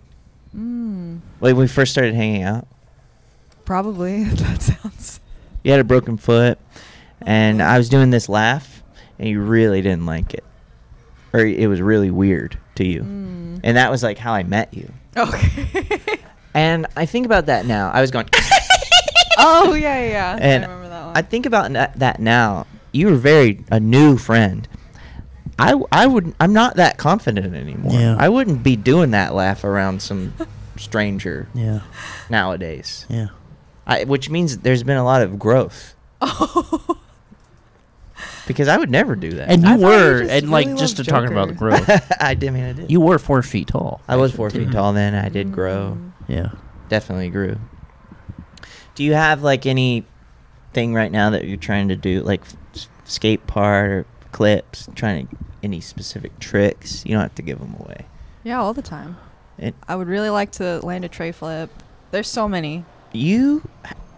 [SPEAKER 2] Mm,
[SPEAKER 1] Like when we first started hanging out,
[SPEAKER 2] probably. that sounds.
[SPEAKER 1] you had a broken foot, and
[SPEAKER 2] Oh.
[SPEAKER 1] I was doing this laugh, and you really didn't like it, or it was really weird to you,
[SPEAKER 2] Mm.
[SPEAKER 1] and that was like how I met you.
[SPEAKER 2] Okay.
[SPEAKER 1] And I think about that now. I was going.
[SPEAKER 2] oh yeah, yeah. yeah.
[SPEAKER 1] And
[SPEAKER 2] I remember that one.
[SPEAKER 1] I think about na- that now. You were very a new friend. I, I would I'm not that confident anymore.
[SPEAKER 4] Yeah.
[SPEAKER 1] I wouldn't be doing that laugh around some stranger
[SPEAKER 4] yeah
[SPEAKER 1] nowadays.
[SPEAKER 4] yeah
[SPEAKER 1] I, which means there's been a lot of growth
[SPEAKER 2] Oh.
[SPEAKER 1] because I would never do that.
[SPEAKER 4] and you
[SPEAKER 2] I thought you
[SPEAKER 4] were
[SPEAKER 2] just
[SPEAKER 4] and like
[SPEAKER 2] really
[SPEAKER 4] just to
[SPEAKER 2] loved
[SPEAKER 4] talking about the
[SPEAKER 2] Joker.
[SPEAKER 4] growth
[SPEAKER 1] I did I mean I did.
[SPEAKER 4] you were four feet tall
[SPEAKER 1] I was
[SPEAKER 4] actually,
[SPEAKER 1] four feet
[SPEAKER 4] too.
[SPEAKER 1] tall then. I did grow.
[SPEAKER 2] Mm.
[SPEAKER 4] yeah
[SPEAKER 1] Definitely grew. Do you have like any thing right now that you're trying to do, like s- skate part or clips? Trying to any specific tricks? You don't have to give them away.
[SPEAKER 2] Yeah, all the time.
[SPEAKER 1] It,
[SPEAKER 2] I would really like to land a tray flip. There's so many.
[SPEAKER 1] you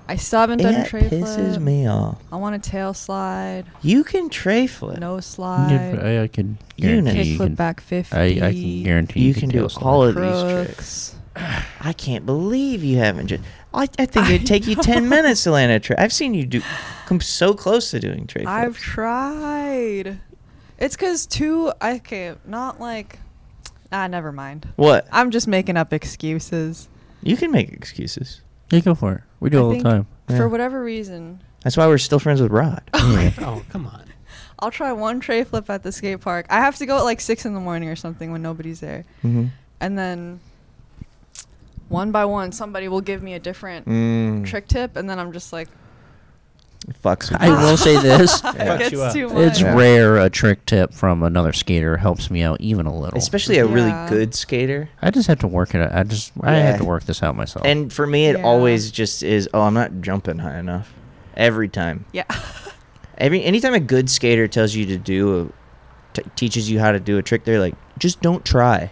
[SPEAKER 2] I still haven't done a
[SPEAKER 1] it
[SPEAKER 2] tray
[SPEAKER 1] pisses
[SPEAKER 2] flip.
[SPEAKER 1] me off.
[SPEAKER 2] I want a tail slide,
[SPEAKER 1] You can tray flip.
[SPEAKER 2] no
[SPEAKER 4] Yeah,
[SPEAKER 2] slide,
[SPEAKER 4] I, I can
[SPEAKER 1] Unit.
[SPEAKER 4] guarantee
[SPEAKER 2] kick
[SPEAKER 4] you
[SPEAKER 2] flip
[SPEAKER 4] can-
[SPEAKER 2] back 50.
[SPEAKER 4] I, I can guarantee
[SPEAKER 1] You can do
[SPEAKER 4] tail slide.
[SPEAKER 1] all of these
[SPEAKER 2] crooks.
[SPEAKER 1] tricks.
[SPEAKER 2] I
[SPEAKER 1] I can't believe you haven't just. I, I think it'd take you ten minutes to land a trade. I've seen you do come so close to doing trade.
[SPEAKER 2] I've
[SPEAKER 1] flips.
[SPEAKER 2] tried. It's because two. I Okay, not like. Ah, never mind.
[SPEAKER 1] What?
[SPEAKER 2] I'm just making up excuses.
[SPEAKER 1] You can make excuses.
[SPEAKER 4] Yeah, go for it. We do
[SPEAKER 2] I
[SPEAKER 4] all the
[SPEAKER 2] think
[SPEAKER 4] time.
[SPEAKER 1] Yeah.
[SPEAKER 2] For whatever reason,
[SPEAKER 1] That's why we're still friends with Rod.
[SPEAKER 4] Yeah.
[SPEAKER 3] Oh, come on.
[SPEAKER 2] I'll try one tray flip at the skate park. I have to go at like six in the morning or something when nobody's there,
[SPEAKER 1] mm-hmm.
[SPEAKER 2] and then one by one, somebody will give me a different
[SPEAKER 1] mm.
[SPEAKER 2] trick tip, and then I'm just like,
[SPEAKER 1] Fucks. With
[SPEAKER 4] I
[SPEAKER 1] you.
[SPEAKER 4] will say this.
[SPEAKER 1] Yeah.
[SPEAKER 2] it's
[SPEAKER 3] Fucks you up.
[SPEAKER 2] too much.
[SPEAKER 4] It's
[SPEAKER 1] Yeah.
[SPEAKER 4] rare a trick tip from another skater helps me out even a little.
[SPEAKER 1] Especially a really
[SPEAKER 2] Yeah.
[SPEAKER 1] good skater.
[SPEAKER 4] I just have to work it. Out. I just I
[SPEAKER 1] Yeah.
[SPEAKER 4] have to work this out myself.
[SPEAKER 1] And for me, it
[SPEAKER 2] Yeah.
[SPEAKER 1] always just is. Oh, I'm not jumping high enough. Every time.
[SPEAKER 2] Yeah.
[SPEAKER 1] Every anytime a good skater tells you to do, a, t- teaches you how to do a trick, they're like, just don't try.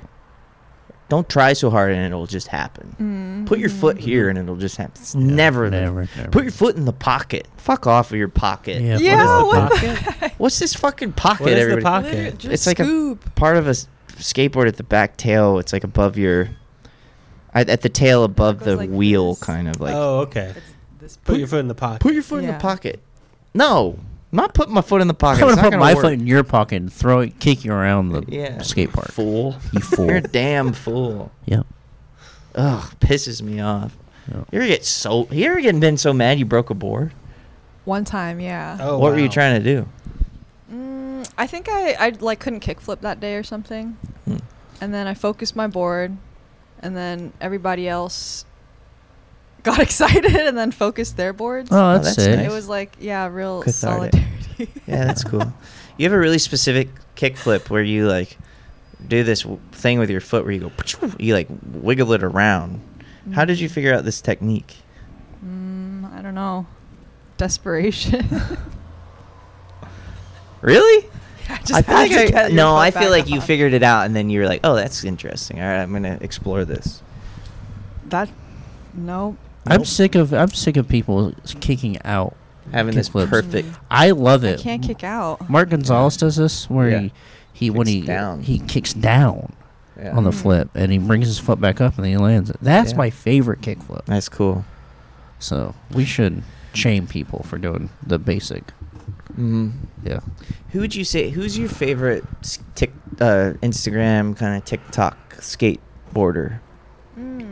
[SPEAKER 1] Don't try so hard, and it'll just happen.
[SPEAKER 2] Mm-hmm.
[SPEAKER 1] Put your foot here, and it'll just happen. It's
[SPEAKER 4] Yeah,
[SPEAKER 1] never, the-
[SPEAKER 4] never, never.
[SPEAKER 1] Put your foot in the pocket. Fuck off with your pocket.
[SPEAKER 4] Yeah,
[SPEAKER 2] Yeah,
[SPEAKER 4] fuck
[SPEAKER 2] what
[SPEAKER 4] off.
[SPEAKER 2] the
[SPEAKER 1] What's this fucking pocket?
[SPEAKER 3] What is the
[SPEAKER 1] everybody?
[SPEAKER 3] pocket?
[SPEAKER 2] Literally,
[SPEAKER 3] It's
[SPEAKER 2] just
[SPEAKER 1] like a-
[SPEAKER 2] scoop.
[SPEAKER 1] part of a s- skateboard at the back tail. It's like above your, at, at the tail above
[SPEAKER 2] Goes
[SPEAKER 1] the
[SPEAKER 2] like
[SPEAKER 1] wheel,
[SPEAKER 2] this.
[SPEAKER 1] kind of like.
[SPEAKER 3] oh, okay.
[SPEAKER 2] It's this
[SPEAKER 3] Put
[SPEAKER 2] big.
[SPEAKER 3] your foot in the pocket.
[SPEAKER 1] Put your foot in
[SPEAKER 2] Yeah.
[SPEAKER 1] the pocket. No, I'm not putting my foot in the pocket.
[SPEAKER 4] I'm
[SPEAKER 1] It's
[SPEAKER 4] gonna
[SPEAKER 1] not
[SPEAKER 4] put my
[SPEAKER 1] work.
[SPEAKER 4] foot in your pocket and throw it, kick you around the
[SPEAKER 1] Yeah.
[SPEAKER 4] skate park.
[SPEAKER 1] Fool.
[SPEAKER 4] You fool.
[SPEAKER 1] You're a damn fool.
[SPEAKER 4] Yeah.
[SPEAKER 1] Ugh, pisses me off.
[SPEAKER 4] Yeah.
[SPEAKER 1] You ever get so you ever getting been so mad you broke a board?
[SPEAKER 2] One time, yeah.
[SPEAKER 3] Oh,
[SPEAKER 1] what were you
[SPEAKER 3] wow.
[SPEAKER 1] trying to do?
[SPEAKER 2] Mm, I think I, I like couldn't kickflip that day or something,
[SPEAKER 1] Hmm.
[SPEAKER 2] and then I focused my board, and then everybody else got excited and then focused their boards.
[SPEAKER 4] Oh,
[SPEAKER 1] that's
[SPEAKER 4] that's, it.
[SPEAKER 1] nice.
[SPEAKER 2] It was like yeah, real
[SPEAKER 1] Cathartic.
[SPEAKER 2] solidarity.
[SPEAKER 1] Yeah, that's cool. You have a really specific kickflip where you like do this w- thing with your foot where you go, you like wiggle it around. How did you figure out this technique?
[SPEAKER 2] Mm, I don't know. Desperation.
[SPEAKER 1] Really?
[SPEAKER 2] I just
[SPEAKER 1] I feel
[SPEAKER 2] had
[SPEAKER 1] like
[SPEAKER 2] to
[SPEAKER 1] I-
[SPEAKER 2] get your
[SPEAKER 1] no,
[SPEAKER 2] foot
[SPEAKER 1] I feel
[SPEAKER 2] back
[SPEAKER 1] like you
[SPEAKER 2] on.
[SPEAKER 1] figured it out, and then you were like, "Oh, that's interesting. All right, I'm gonna explore this."
[SPEAKER 2] that. No,
[SPEAKER 4] I'm
[SPEAKER 1] Nope.
[SPEAKER 4] sick of I'm sick of people kicking out.
[SPEAKER 1] Having this
[SPEAKER 4] Kickflips.
[SPEAKER 1] perfect.
[SPEAKER 4] I love
[SPEAKER 2] I
[SPEAKER 4] it.
[SPEAKER 2] can't kick out.
[SPEAKER 4] Mark Gonzalez does this where
[SPEAKER 1] Yeah.
[SPEAKER 4] he he when
[SPEAKER 1] Kicks
[SPEAKER 4] he
[SPEAKER 1] down.
[SPEAKER 4] he kicks down
[SPEAKER 1] Yeah.
[SPEAKER 4] on the
[SPEAKER 2] Mm.
[SPEAKER 4] flip and he brings his foot back up and then he lands it. That's
[SPEAKER 1] Yeah.
[SPEAKER 4] my favorite kickflip.
[SPEAKER 1] That's cool.
[SPEAKER 4] So we should shame people for doing the basic.
[SPEAKER 1] Mm-hmm.
[SPEAKER 4] Yeah.
[SPEAKER 1] Who would you say? Who's your favorite s- tic, uh, Instagram kind of TikTok skateboarder,
[SPEAKER 2] Mm.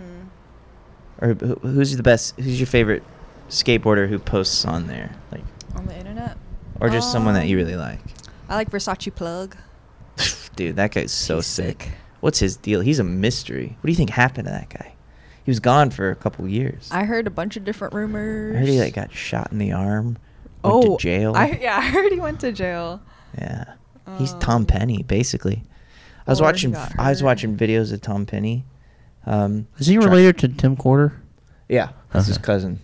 [SPEAKER 1] or who, who's the best? Who's your favorite skateboarder who posts on there, like,
[SPEAKER 2] On the internet,
[SPEAKER 1] or just someone that you
[SPEAKER 2] Um,
[SPEAKER 1] really like?
[SPEAKER 2] I like Versace plug.
[SPEAKER 1] Dude, that guy's so
[SPEAKER 2] He's
[SPEAKER 1] sick. What's his deal? He's a mystery. What do you think happened to that guy? He was gone for a couple years.
[SPEAKER 2] I heard a bunch of different rumors.
[SPEAKER 1] I heard he like got shot in the arm. Went
[SPEAKER 2] oh,
[SPEAKER 1] to jail.
[SPEAKER 2] I, yeah, I heard he went to jail.
[SPEAKER 1] Yeah. He's Tom
[SPEAKER 2] Um,
[SPEAKER 1] Penny, basically. I was
[SPEAKER 2] or he
[SPEAKER 1] watching.
[SPEAKER 2] got
[SPEAKER 1] I was
[SPEAKER 2] hurt.
[SPEAKER 1] watching videos of Tom Penny. Um,
[SPEAKER 4] Is he
[SPEAKER 1] try-
[SPEAKER 4] related to Tim Quarter?
[SPEAKER 1] Yeah, that's his
[SPEAKER 4] Okay.
[SPEAKER 1] cousin.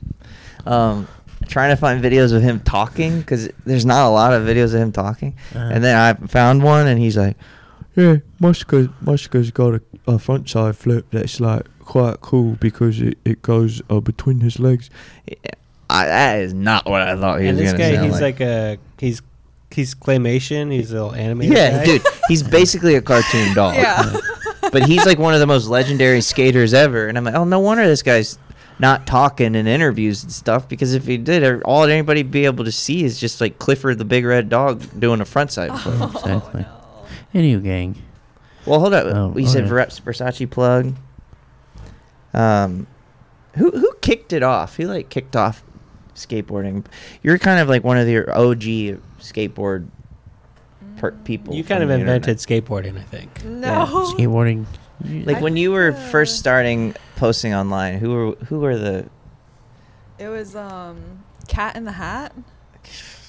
[SPEAKER 1] Um, trying to find videos of him talking because there's not a lot of videos of him talking.
[SPEAKER 4] Uh-huh.
[SPEAKER 1] And then I found one, and he's like,
[SPEAKER 5] Yeah, Musko's, Musko's got a, a front side flip that's like quite cool because it, it goes uh, between his legs.
[SPEAKER 1] I, "That is not what I thought oh, he
[SPEAKER 3] and
[SPEAKER 1] was
[SPEAKER 3] this
[SPEAKER 1] going to
[SPEAKER 3] guy,
[SPEAKER 1] sound
[SPEAKER 3] he's
[SPEAKER 1] like."
[SPEAKER 3] like. a he's he's claymation. He's a little animated.
[SPEAKER 1] yeah,
[SPEAKER 3] guy.
[SPEAKER 1] dude, he's basically a cartoon dog.
[SPEAKER 2] Yeah.
[SPEAKER 1] but he's like one of the most legendary skaters ever. And I'm like, oh, no wonder this guy's not talking in interviews and stuff because if he did, er- all anybody would be able to see is just like Clifford the Big Red Dog doing a frontside flip.
[SPEAKER 4] Oh, Exactly. Any you gang.
[SPEAKER 1] Well, hold up.
[SPEAKER 4] Oh,
[SPEAKER 1] you said
[SPEAKER 4] okay.
[SPEAKER 1] Vers- Versace plug. Um, who who kicked it off? Who like kicked off skateboarding? You're kind of like one of the OG skateboard per- people.
[SPEAKER 3] you
[SPEAKER 1] from
[SPEAKER 3] kind of
[SPEAKER 1] the internet.
[SPEAKER 3] invented skateboarding, I think.
[SPEAKER 2] Mm. No.
[SPEAKER 4] Skateboarding.
[SPEAKER 1] Like
[SPEAKER 2] I
[SPEAKER 1] when you were
[SPEAKER 2] think, uh,
[SPEAKER 1] first starting posting online, who were who were the
[SPEAKER 2] It was um Cat in the Hat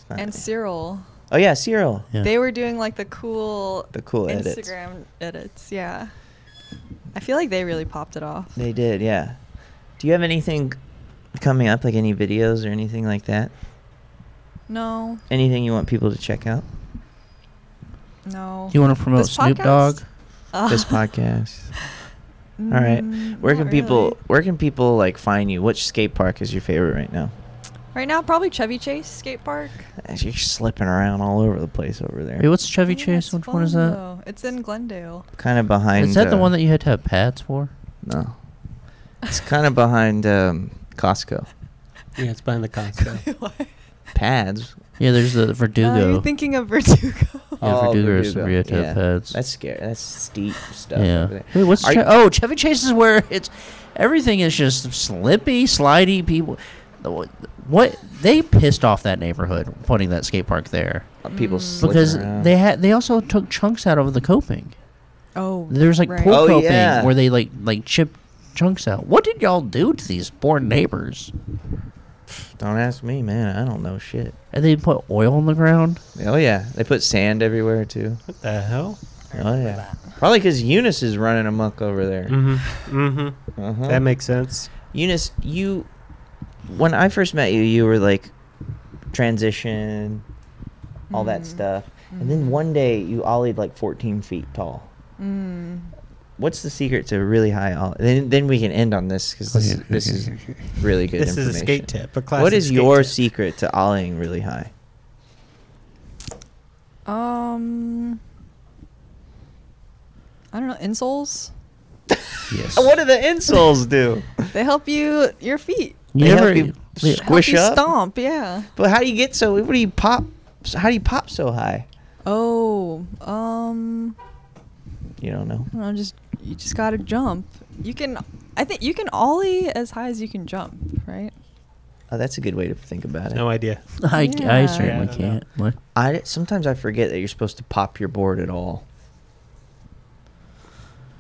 [SPEAKER 2] and Cyril.
[SPEAKER 1] oh yeah Cyril
[SPEAKER 4] Yeah.
[SPEAKER 2] They were doing like the cool
[SPEAKER 1] the cool edits
[SPEAKER 2] Instagram edits. Yeah. I feel like they really popped it off.
[SPEAKER 1] they did yeah. Do you have anything coming up like any videos or anything like that?
[SPEAKER 2] No,
[SPEAKER 1] Anything you want people to check out?
[SPEAKER 2] no.
[SPEAKER 4] You want to promote
[SPEAKER 2] This
[SPEAKER 4] Snoop
[SPEAKER 2] podcast?
[SPEAKER 4] Dogg?
[SPEAKER 2] Uh,
[SPEAKER 1] This podcast. All right.
[SPEAKER 2] mm,
[SPEAKER 1] Where
[SPEAKER 2] not
[SPEAKER 1] can people
[SPEAKER 2] really.
[SPEAKER 1] where can people like find you? Which skate park is your favorite right now?
[SPEAKER 2] Right now, probably Chevy Chase Skate Park.
[SPEAKER 1] You're slipping around all over the place over there.
[SPEAKER 4] Wait, what's Chevy
[SPEAKER 2] Yeah,
[SPEAKER 4] Chase?
[SPEAKER 2] it's
[SPEAKER 4] Which one is
[SPEAKER 2] fun,
[SPEAKER 4] that?
[SPEAKER 2] though. It's in Glendale.
[SPEAKER 1] kind of behind
[SPEAKER 4] Is that the
[SPEAKER 1] uh,
[SPEAKER 4] one that you had to have pads for?
[SPEAKER 1] No. It's kind of behind um, Costco.
[SPEAKER 3] Yeah, it's behind the Costco.
[SPEAKER 1] Pads.
[SPEAKER 4] Yeah, there's the
[SPEAKER 2] Uh,
[SPEAKER 4] Verdugo.
[SPEAKER 2] you're thinking of Verdugo.
[SPEAKER 4] yeah,
[SPEAKER 1] Oh,
[SPEAKER 4] Verdugo is the
[SPEAKER 1] Verdugo,
[SPEAKER 4] Rioto
[SPEAKER 1] yeah.
[SPEAKER 4] Pets.
[SPEAKER 1] That's scary. That's steep stuff. Over
[SPEAKER 4] yeah.
[SPEAKER 1] there.
[SPEAKER 4] Wait, what's
[SPEAKER 1] Are
[SPEAKER 4] Che-
[SPEAKER 1] you-
[SPEAKER 4] oh Chevy Chase is where it's everything is just slippy, slidey people. The wha- What they pissed off that neighborhood putting that skate park there
[SPEAKER 1] People
[SPEAKER 2] Mm.
[SPEAKER 1] slipping
[SPEAKER 4] because
[SPEAKER 1] around.
[SPEAKER 4] they had they also took chunks out of the coping.
[SPEAKER 2] Oh,
[SPEAKER 4] There's like
[SPEAKER 2] right.
[SPEAKER 4] pool
[SPEAKER 1] Oh,
[SPEAKER 4] coping
[SPEAKER 1] yeah.
[SPEAKER 4] where they like like chip chunks out. What did y'all do to these poor neighbors?
[SPEAKER 1] don't ask me, man. I don't know shit.
[SPEAKER 4] And they put oil on the ground.
[SPEAKER 1] Oh yeah, they put sand everywhere too.
[SPEAKER 3] what the hell?
[SPEAKER 1] Oh yeah, probably because Eunice is running amok over there.
[SPEAKER 3] Mm-hmm. Mm-hmm.
[SPEAKER 1] Uh-huh.
[SPEAKER 3] That makes sense.
[SPEAKER 1] Eunice, you when I first met you, you were like transition, all that
[SPEAKER 3] Mm-hmm.
[SPEAKER 2] Mhm.
[SPEAKER 1] stuff, and then one day you ollied like 14 feet tall.
[SPEAKER 2] Mm.
[SPEAKER 1] What's the secret to a really high ollie? Then, then we can end on this because this, this is really good.
[SPEAKER 3] This is a
[SPEAKER 1] information.
[SPEAKER 3] skate tip. A classic
[SPEAKER 1] What is
[SPEAKER 3] skate
[SPEAKER 1] your
[SPEAKER 3] tip.
[SPEAKER 1] secret to ollieing really high?
[SPEAKER 2] Um, I don't know. Insoles.
[SPEAKER 4] Yes.
[SPEAKER 1] What do the insoles do?
[SPEAKER 2] They help you your feet.
[SPEAKER 4] You
[SPEAKER 1] They
[SPEAKER 4] never. e-,
[SPEAKER 1] help you
[SPEAKER 4] wait,
[SPEAKER 2] Help
[SPEAKER 1] Squish
[SPEAKER 2] you
[SPEAKER 1] up?
[SPEAKER 2] Stomp. Yeah.
[SPEAKER 1] But how do you get so? What do you pop? How do you pop so high?
[SPEAKER 2] Oh. Um.
[SPEAKER 1] You don't know.
[SPEAKER 2] I don't know. Just you just gotta jump. You can. I think you can ollie as high as you can jump. Right.
[SPEAKER 1] Oh, that's a good way to think about it.
[SPEAKER 3] No idea.
[SPEAKER 4] I, I
[SPEAKER 2] Yeah.
[SPEAKER 3] Yeah, I
[SPEAKER 4] certainly
[SPEAKER 3] don't know.
[SPEAKER 4] can't. What?
[SPEAKER 1] I sometimes I forget that you're supposed to pop your board at all.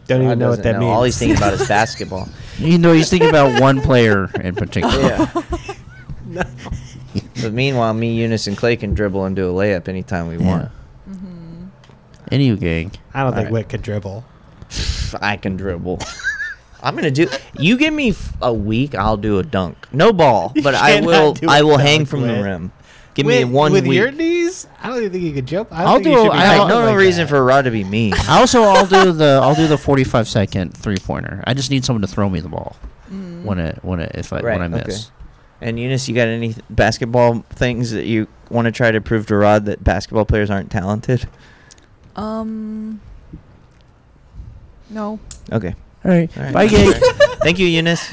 [SPEAKER 3] Don't
[SPEAKER 1] I
[SPEAKER 3] even know what
[SPEAKER 1] doesn't
[SPEAKER 3] that means.
[SPEAKER 1] All he's thinking about is basketball.
[SPEAKER 4] You know, he's thinking about one player in particular.
[SPEAKER 1] Yeah.
[SPEAKER 3] No.
[SPEAKER 1] But meanwhile, me, Eunice, and Clay can dribble and do a layup anytime we
[SPEAKER 4] Yeah.
[SPEAKER 1] want.
[SPEAKER 2] Mm-hmm.
[SPEAKER 4] Any you gang.
[SPEAKER 3] I don't think
[SPEAKER 1] Alright.
[SPEAKER 3] Wick could dribble.
[SPEAKER 1] I can dribble. I'm gonna do. You give me f- a week, I'll do a dunk. No ball,
[SPEAKER 3] You
[SPEAKER 1] but I
[SPEAKER 3] cannot
[SPEAKER 1] will.
[SPEAKER 3] do a
[SPEAKER 1] I will
[SPEAKER 3] dunk,
[SPEAKER 1] hang from the
[SPEAKER 3] Witt.
[SPEAKER 1] rim. Give
[SPEAKER 3] with,
[SPEAKER 1] me one
[SPEAKER 3] with
[SPEAKER 1] week.
[SPEAKER 3] your knees. I don't even think you could jump. I don't
[SPEAKER 4] I'll
[SPEAKER 3] think
[SPEAKER 4] do
[SPEAKER 3] You
[SPEAKER 4] a-
[SPEAKER 3] should be
[SPEAKER 4] I
[SPEAKER 1] I
[SPEAKER 4] don't
[SPEAKER 1] have
[SPEAKER 3] jumping
[SPEAKER 1] no
[SPEAKER 3] like
[SPEAKER 1] reason
[SPEAKER 3] that.
[SPEAKER 1] for Rod to be mean.
[SPEAKER 4] I also, I'll do the I'll do the forty-five second three pointer. I just need someone to throw me the ball
[SPEAKER 2] Mm.
[SPEAKER 4] when it when it if I
[SPEAKER 1] Right,
[SPEAKER 4] when I
[SPEAKER 1] okay.
[SPEAKER 4] miss.
[SPEAKER 1] And Eunice, you got any th- basketball things that you want to try to prove to Rod that basketball players aren't talented?
[SPEAKER 2] Um. No.
[SPEAKER 1] Okay.
[SPEAKER 4] All right.
[SPEAKER 1] All right.
[SPEAKER 4] Bye, gang.
[SPEAKER 1] Thank you, Eunice.